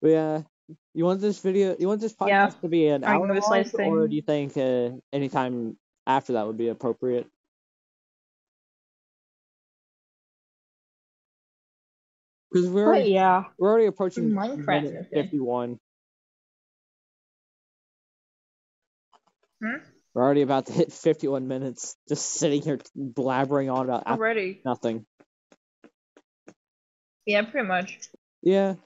But yeah, you want this video? You want this podcast
Yeah.
to be an
I
hour
know this
long,
last
or
thing.
do you think uh, any time after that would be appropriate? Because we're
But
already,
yeah.
we're already approaching
Minecraft
minute
okay.
fifty-one.
Hmm?
We're already about to hit fifty-one minutes, just sitting here blabbering on about absolutely
Already.
nothing.
Yeah, pretty much.
Yeah.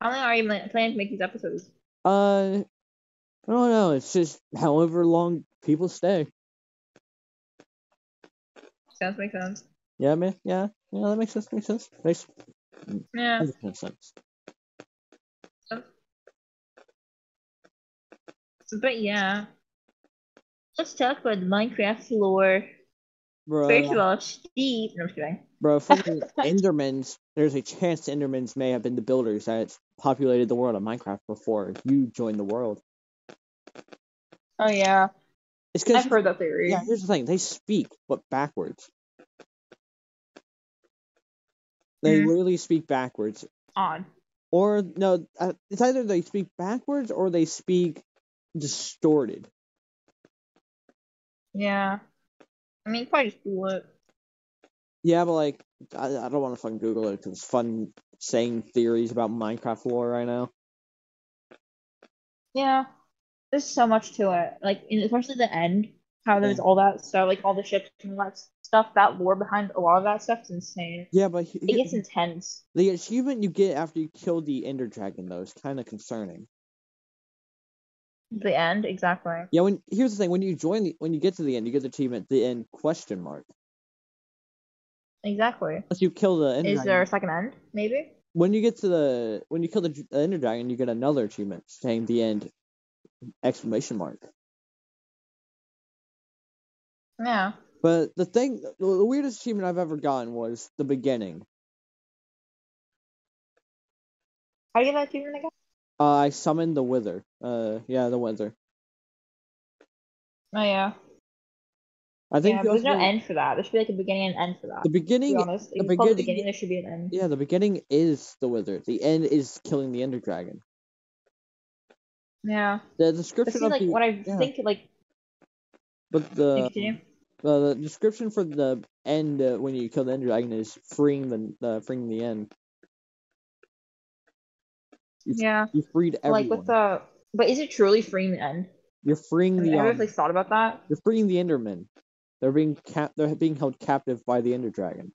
How long are you pla- planning to make these episodes?
Uh, I don't know. It's just however long people stay.
Sounds make sense.
Yeah, man. Yeah, yeah. That makes sense. Makes sense. Makes
Yeah.
100% sense.
But yeah. Let's talk about Minecraft lore. First of
Bro,
all, Steve. No, I'm just kidding.
bro. Fucking Endermans. There's a chance Endermans may have been the builders that populated the world of Minecraft before you joined the world.
Oh yeah,
It's
I've
because
heard that theory.
yeah. Here's the thing. They speak, but backwards. They
Mhm.
literally speak backwards.
Odd.
or no, uh, it's either they speak backwards or they speak distorted.
Yeah. I mean, probably just Google it.
Yeah, but like, I, I don't want to fucking Google it because it's fun saying theories about Minecraft lore right now.
Yeah. There's so much to it. Like, in, especially the end, how there's all that stuff, like all the ships and all that stuff, that lore behind a lot of that stuff is insane.
Yeah, but he-
It gets intense.
the achievement you get after you kill the Ender Dragon though is kind of concerning.
The end, exactly.
Yeah, when here's the thing: when you join the, when you get to the end, you get the achievement the end question mark.
Exactly.
Once you kill the Ender
Is
Dragon,
there a second end? Maybe.
when you get to the when you kill the dr- the Ender Dragon, you get another achievement saying the end exclamation mark.
Yeah.
But the thing, the the weirdest achievement I've ever gotten was the beginning.
How do you get that achievement again?
Uh, I summoned the Wither. Uh, yeah, the Wither.
Oh yeah.
I think
Yeah,
he
but there's no
also-
end for that. There should be like a beginning and end for that.
the
To be
beginning.
honest, if
the
you call it the
beginning-
beginning, there should be an end.
Yeah, the beginning is the Wither. The end is killing the Ender Dragon.
Yeah.
The
But
description
see,
of
like
the
what I
yeah.
think, like
but the,
continue.
the the description for the end uh, when you kill the Ender Dragon is freeing the the freeing the end.
yeah.
You freed everyone.
Like with the, but is it truly freeing the end?
You're freeing
Have
the
you ever
um,
really thought about that?
You're freeing the Endermen. They're being cap. They're being held captive by the Ender Dragon.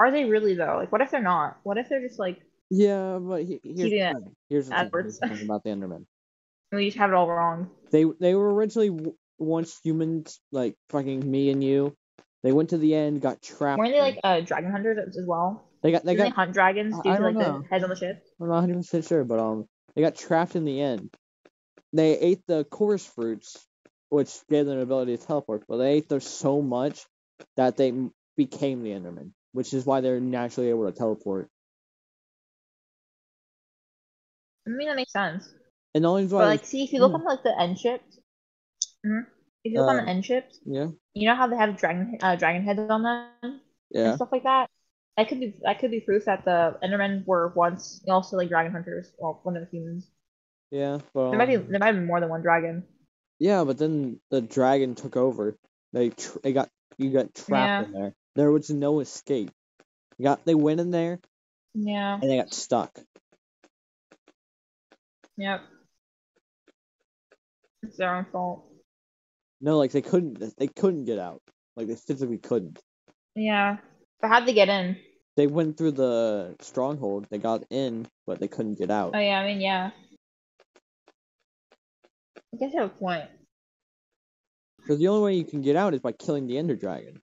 Are they really though? Like, what if they're not? What if they're just like
Yeah, but he, here's, the
Keeping
thing. here's the thing. Here's
backwards.
the thing about the Endermen.
we just have it all wrong?
They they were originally w- once humans, like fucking me and you. They went to the end, got trapped.
Weren't they
there.
like uh, dragon hunters as well?
they got they
Did they
got?
hunt dragons
I-
due
I
to like
don't know.
the heads on the ship?
I'm not 100 percent sure, but um, they got trapped in the end. They ate the chorus fruits, which gave them the ability to teleport. But they ate those so much that they m- became the Endermen, which is why they're naturally able to teleport.
I mean, that makes sense.
And the only reason why
But
they-
like, see, if you look on
Hmm.
like the end ships, Mhm. if you look on
Um,
the end ships,
yeah,
you know how they have dragon uh, dragon heads on them
yeah.
and stuff like that. That could be that could be proof that the Endermen were once also like dragon hunters. Well, one of the humans.
Yeah, but
There might be
um,
there might be more than one dragon.
yeah, but then the dragon took over. They tr- they got you got trapped
Yeah.
in there. There was no escape. You got they went in there
Yeah.
and they got stuck.
Yep. It's their own fault.
No, like they couldn't they couldn't get out. Like they physically couldn't.
Yeah. But how'd they get in?
They went through the stronghold. They got in, but they couldn't get out.
Oh yeah, I mean yeah. I guess you have a point.
Because the only way you can get out is by killing the Ender Dragon.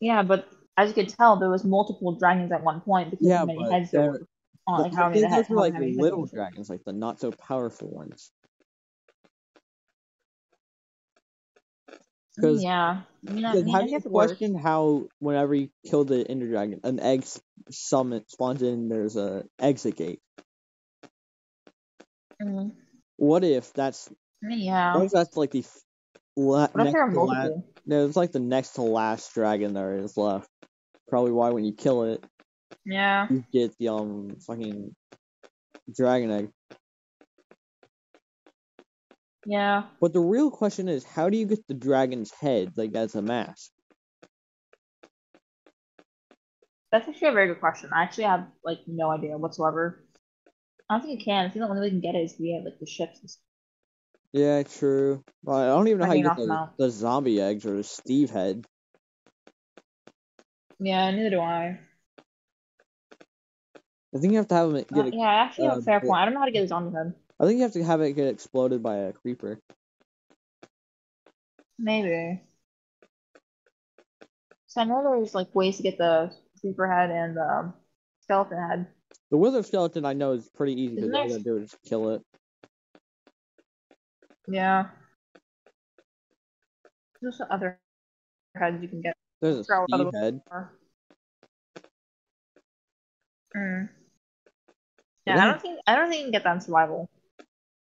Yeah, but as you can tell, there was multiple dragons at one point because
Yeah,
of many
but
heads there
they're-
were on. Like
But
how
I
many
think
the
those
heads?
were like little
dragons.
dragons, like the not so powerful ones. Because
Yeah. I mean, I,
Because
mean, I
have you
guess it works.
questioned how whenever you kill the ender dragon, an egg s- summon spawns in? and There's a exit gate.
Mhm.
What if that's
I mean, yeah.
what if that's like the f- la-
Um, What if
next
there are
to last?
multiple?
No, it's like the next to last dragon there is left. Probably why when you kill it,
Yeah.
you get the um fucking dragon egg.
Yeah.
But the real question is, how do you get the dragon's head like as a mask?
That's actually a very good question. I actually have like no idea whatsoever. I don't think you can. I think the only way you can get it is via like the ships. and stuff.
Yeah, true. But I don't even know
I
how you
mean,
get
off
the,
mount.
the zombie eggs or the Steve head.
Yeah, neither do I.
I think you have to have them
Uh,
get a
yeah, I actually have
uh,
a fair
but-
point. I don't know how to get a zombie head.
I think you have to have it get exploded by a creeper.
Maybe. So I know there's like ways to get the creeper head and the skeleton head.
The wither skeleton I know is pretty easy because
Isn't
all you
there-
gotta do is kill it.
Yeah. There's the other heads you can get.
There's a
Throw it out
Steve
of the-
head.
For. Mm.
But
Yeah, I
then-
don't think I don't think you can get that in survival.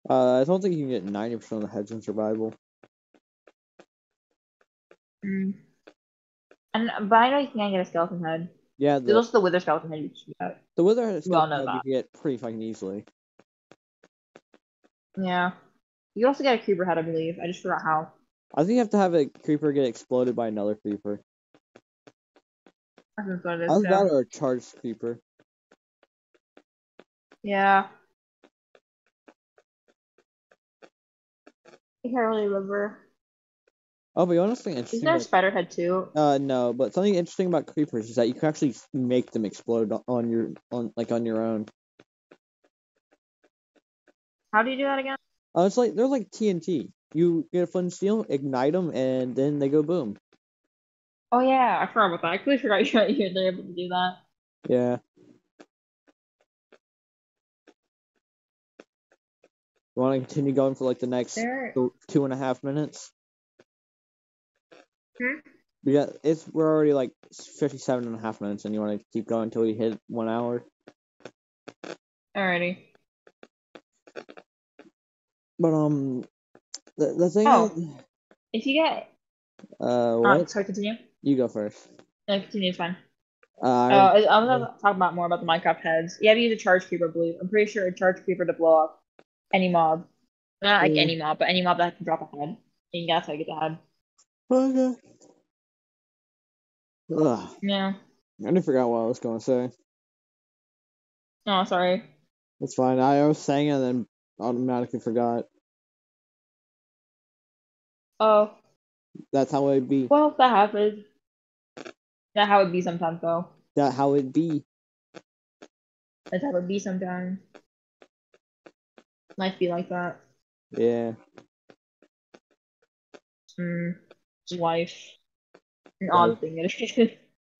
Uh, I don't think you can get ninety percent of the heads in survival.
Mm. And but I know you can get a skeleton head.
Yeah,
There's
the,
also the wither skeleton head you can shoot out.
the wither skeleton
know
head
that.
you can get pretty fucking easily.
Yeah. You can also get a creeper head, I believe. I just forgot how.
I think you have to have a creeper get exploded by another creeper.
I think that's what it is,
Either
yeah.
that or a charged creeper.
Yeah. I can't really remember.
Oh, but you want something
Isn't
interesting?
there a
About,
spider head too?
uh, no, but something interesting about creepers is that you can actually make them explode on your on like on your own.
How do you do that again?
Uh, it's like they're like TNT. You get a flint steel, ignite them, and then they go boom.
Oh yeah, I forgot about that. I completely forgot you're, you're they're able to do that.
Yeah. You want to continue going for like the next
There.
th- two and a half minutes?
Hmm?
We got it's we're already like 57 and a half minutes, and you want to keep going until we hit one hour.
Alrighty.
But um, the, the thing,
Oh.
is,
If you get,
uh,
um,
what
sorry, continue.
you go first?
No, continue. It's fine.
Uh, I-
Uh, I- I'm gonna talk about more about the Minecraft heads. You have to use a charge creeper, I believe. I'm pretty sure a charge creeper to blow up any mob. Not like
Mm.
any mob, but any mob that can drop a head. And that's how you get the head. Oh.
okay. Ugh,
Yeah.
I already forgot what I was going to say.
Oh, sorry.
That's fine. I was saying it and then automatically forgot.
Oh,
That's how it be.
well, that happened. That how it be sometimes, though.
That how it be.
That's how it be sometimes. Life be like that.
Yeah.
Mm. Life. An odd thing it is.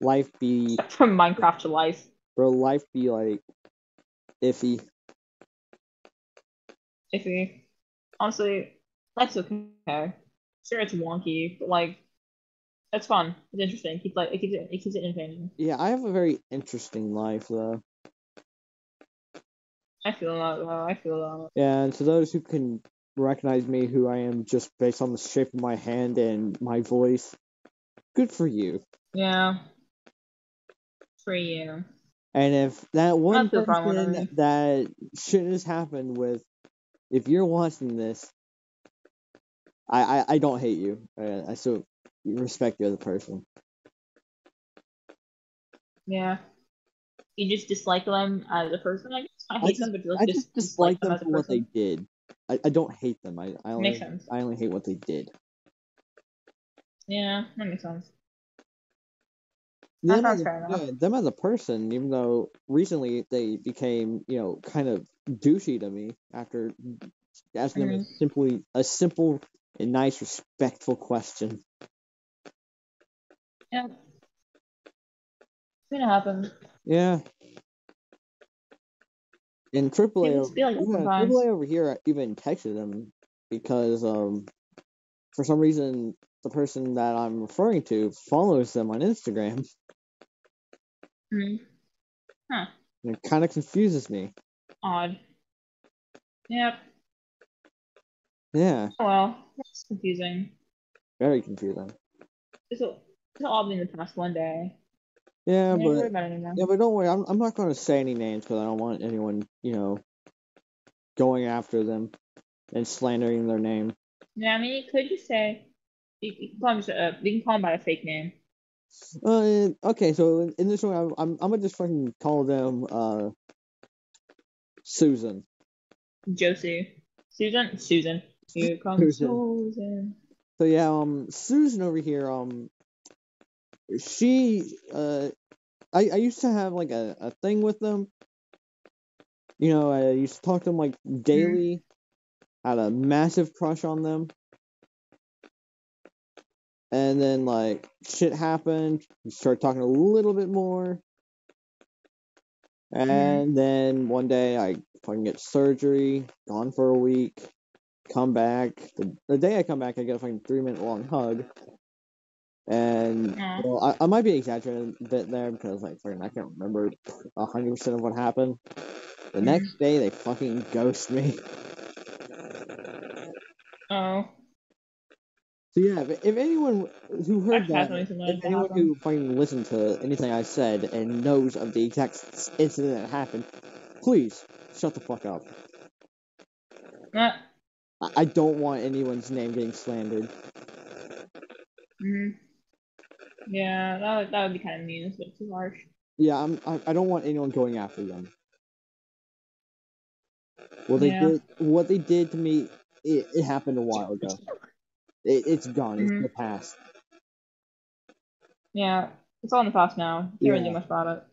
Life be
From Minecraft to life.
bro. Life be like iffy.
iffy. Honestly, that's okay. Sure, it's wonky, but like, that's fun. It's interesting. Keep like it keeps it, it keeps it entertaining.
Yeah, I have a very interesting life though.
I feel that though. I feel that.
And to those who can recognize me, who I am just based on the shape of my hand and my voice, good for you.
Yeah. For you.
And if that one
Not the problem, I
person
mean.
that shouldn't has happened with, if you're watching this, I I, I don't hate you. I, I still respect the other person.
Yeah. You just dislike them uh, as a person, I guess. I hate
just-
them, but you
I
like,
just
just
dislike them
as
for
a
what they
person.
did. I, I don't hate them. I, I only
Makes sense.
I only hate what they did.
Yeah, that makes sense. That
Them
sounds
as,
fair
yeah,
enough.
them as a person, even though recently they became you know kind of douchey to me after asking them
Mm-hmm.
a simply a simple and nice respectful question.
Yeah. gonna happen.
Yeah. And AAA,
People
over-
just feel like that
even,
sometimes.
AAA over here even texted him because um, for some reason the person that I'm referring to follows them on Instagram.
Hmm.
And it kind of confuses me.
Odd. Yep.
Yeah,
Oh well. That's confusing.
very confusing.
It's all it's all been in the past one day.
Yeah,
Don't worry
but
about it anymore.
yeah, but don't worry. I'm I'm not going to say any names because I don't want anyone you know going after them and slandering their name.
Yeah, I mean, you could just say you, you can call him just, uh, you can call him by a fake name.
Uh, okay, so in, in this one, I'm, I'm I'm gonna just fucking call them uh Susan.
Josie. Susan. Susan. Here comes
Susan.
Susan.
So yeah, um, Susan over here, um, she, uh, I, I used to have like a, a thing with them. You know, I used to talk to them like daily. Had a massive crush on them. And then like shit happened. You start talking a little bit more. And then one day I fucking get surgery, gone for a week come back. The, the day I come back, I get a fucking three minute long hug. And
Aw.
well, I, I might be exaggerating a bit there because like fucking, I can't remember hundred percent of what happened. The
Mhm.
next day, they fucking ghost me.
Oh.
So yeah, if, if anyone who heard
I've had
that,
something similar
if
to
anyone
happen.
who fucking listened to anything I said and knows of the exact s- incident that happened, please shut the fuck up.
Not.
I, I don't want anyone's name getting slandered.
mhm. Mm-hmm. Yeah, that would, that would be kind of mean. It's a bit too harsh.
Yeah, I'm, I, I don't want anyone going after them. What they
Yeah.
did, what they did to me, it, it happened a while ago. It, it's gone. It's
Mhm.
the past.
Yeah, it's all in the past now. You can't really
Yeah.
do much about it.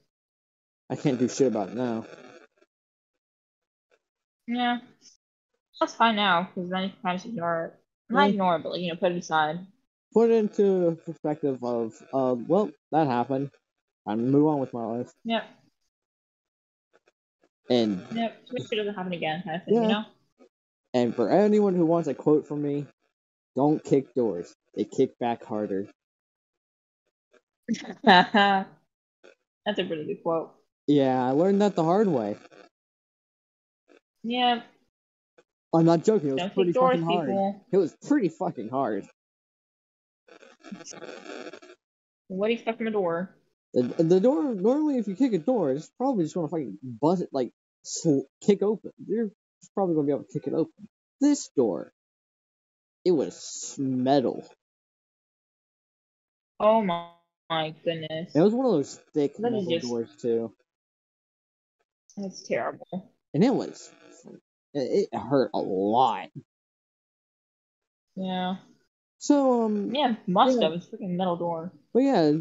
I can't do shit about it now.
Yeah, that's fine now because then you can kind of just ignore it. Not
Yeah.
ignore it, but like you know, put it aside.
Put it into perspective of, uh, well, that happened. and move on with my life.
Yep,
And
yep. Just make sure it doesn't happen again, kind of thing.
Yeah.
You know.
and for anyone who wants a quote from me, don't kick doors. They kick back harder.
that's a really good quote.
Yeah, I learned that the hard way.
Yeah,
I'm not joking. It was
don't
pretty
kick doors,
fucking hard.
people.
It was pretty fucking hard.
What do you expect from a door?
The, the door normally, if you kick a door, it's probably just gonna fucking buzz it like sl- kick open. You're just probably gonna be able to kick it open. This door, it was metal.
Oh my, my goodness,
It was one of those thick
Let me
metal
just-
doors too,
that's terrible.
and it was it, it hurt a lot.
Yeah,
So um,
yeah, must
Yeah.
have. It's a freaking metal door.
but yeah,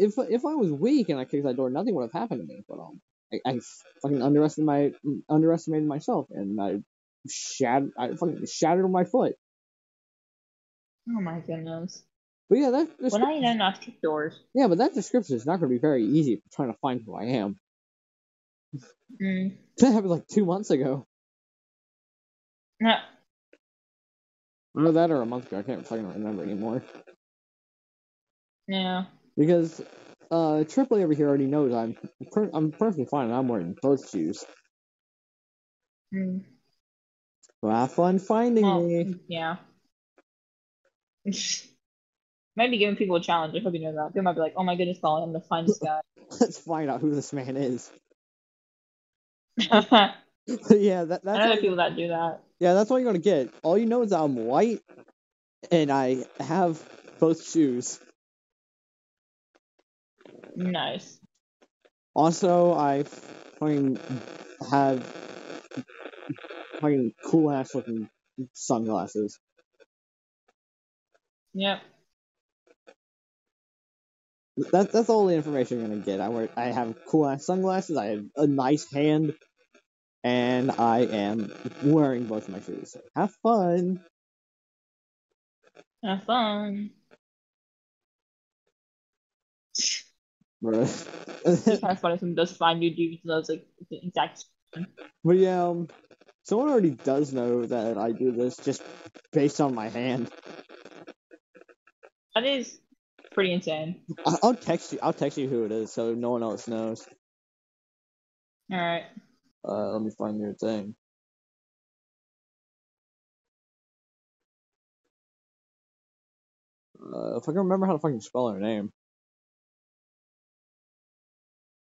if if I was weak and I kicked that door, nothing would have happened to me. But um, I, I fucking underestimated my underestimated myself, and I shattered I fucking shattered my foot.
Oh my goodness.
But yeah, that
Well, now you know not to kick doors.
Yeah, but that description is not going to be very easy if you're trying to find who I am.
Mm.
That happened like two months ago.
Nah.
Or that or a month ago. I can't fucking remember anymore.
Yeah.
Because uh, Triple over here already knows I'm per- I'm perfectly fine and I'm wearing both shoes.
Mm.
Well, have fun finding
Well,
me.
yeah. Might be giving people a challenge. I hope you know that. They might be like, "Oh my goodness, Colin, I'm gonna find this guy."
Let's find out who this man is.
I
yeah, that, that's
know
all,
there are people that do that.
yeah, that's all you're gonna get. All you know is that I'm white and I have both shoes.
Nice.
Also, I fucking have fucking cool ass looking sunglasses.
Yep.
That, that's all the information you're gonna get. I wear, I have cool ass sunglasses. I have a nice hand, and I am wearing both my shoes. Have fun.
Have fun.
Bruh.
It's kind of funny if someone does find new dudes and I was like the exact
but yeah, um, someone already does know that I do this just based on my hand.
that is pretty insane.
I- I'll text you. I'll text you who it is, so no one else knows.
Alright.
Uh, let me find your thing. Uh, if I can remember how to fucking spell her name.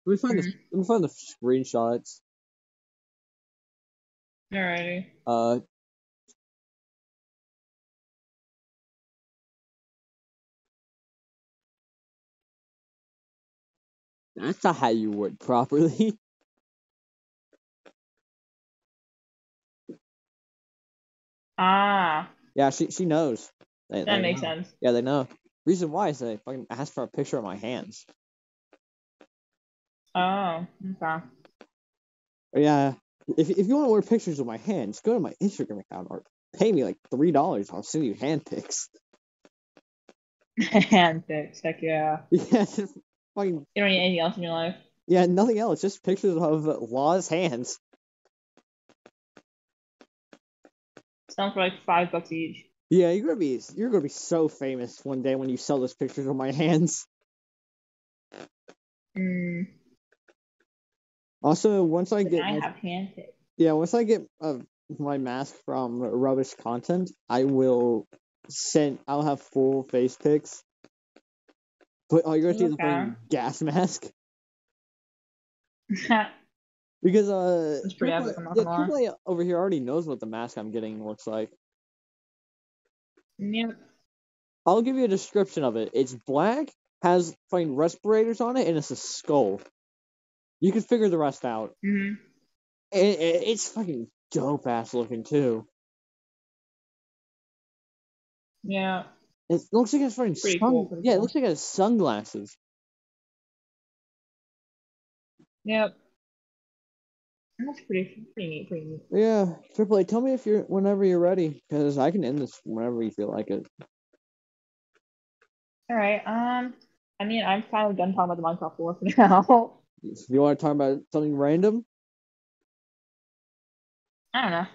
Let me find the
Mm-hmm.
let me find the screenshots.
Alrighty.
Uh, that's not how you word properly.
Ah.
yeah, she she knows. They-
That
they
makes
know.
sense.
Yeah, they know. Reason why is they fucking asked for a picture of my hands.
Oh, okay.
Yeah. If if you want to order pictures of my hands, go to my Instagram account or pay me like three dollars. I'll send you hand pics.
Handpics, heck yeah.
Yeah, just fucking
You don't need anything else in your life.
yeah, nothing else. Just pictures of Law's hands.
Sell them for like five bucks each.
Yeah, you're gonna be you're gonna be so famous one day when you sell those pictures of my hands.
Mm,
Also, once I
but
get
I
my,
have handpics.
yeah, once I get uh, my mask from rubbish content, I will send. I'll have full face pics. But all you're gonna see is a
Okay.
fucking gas mask.
Ha,
Because uh,
It's pretty
Triple-
epic, I'm not
yeah,
gonna lie.
Triple A over here already knows what the mask I'm getting looks like.
yep.
I'll give you a description of it. It's black, has fucking respirators on it, and it's a skull. You can figure the rest out.
hmm
It, it, it's fucking dope ass looking too.
Yeah.
It looks like it's fucking
Pretty
sun-
cool, pretty
yeah, it
cool.
looks like it has sunglasses.
Yep. That's pretty, pretty neat. Pretty neat.
Yeah, Triple A. Tell me if you're whenever you're ready, because I can end this whenever you feel like it.
All right. Um, I mean, I'm kind of done talking about the Minecraft lore for now.
You want to talk about something random?
I don't know.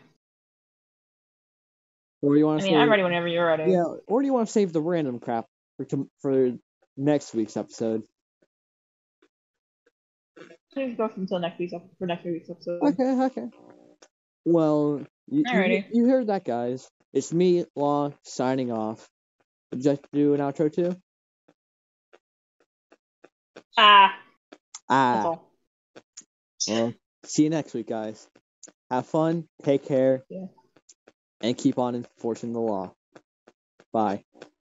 Or you want
I
to
mean, I'm ready whenever you're ready.
Yeah, or do you want to save the random crap for tom- for next week's episode?
We can go until next week's ep- for next week's episode.
Okay, okay. Well, you, you,
Alrighty.
you heard that, guys. It's me, Law, signing off. Would you like to do an outro too?
Ah, that's
Ah,
all.
well, see you next week, guys. Have fun, take care,
Yeah.
and keep on enforcing the law. Bye.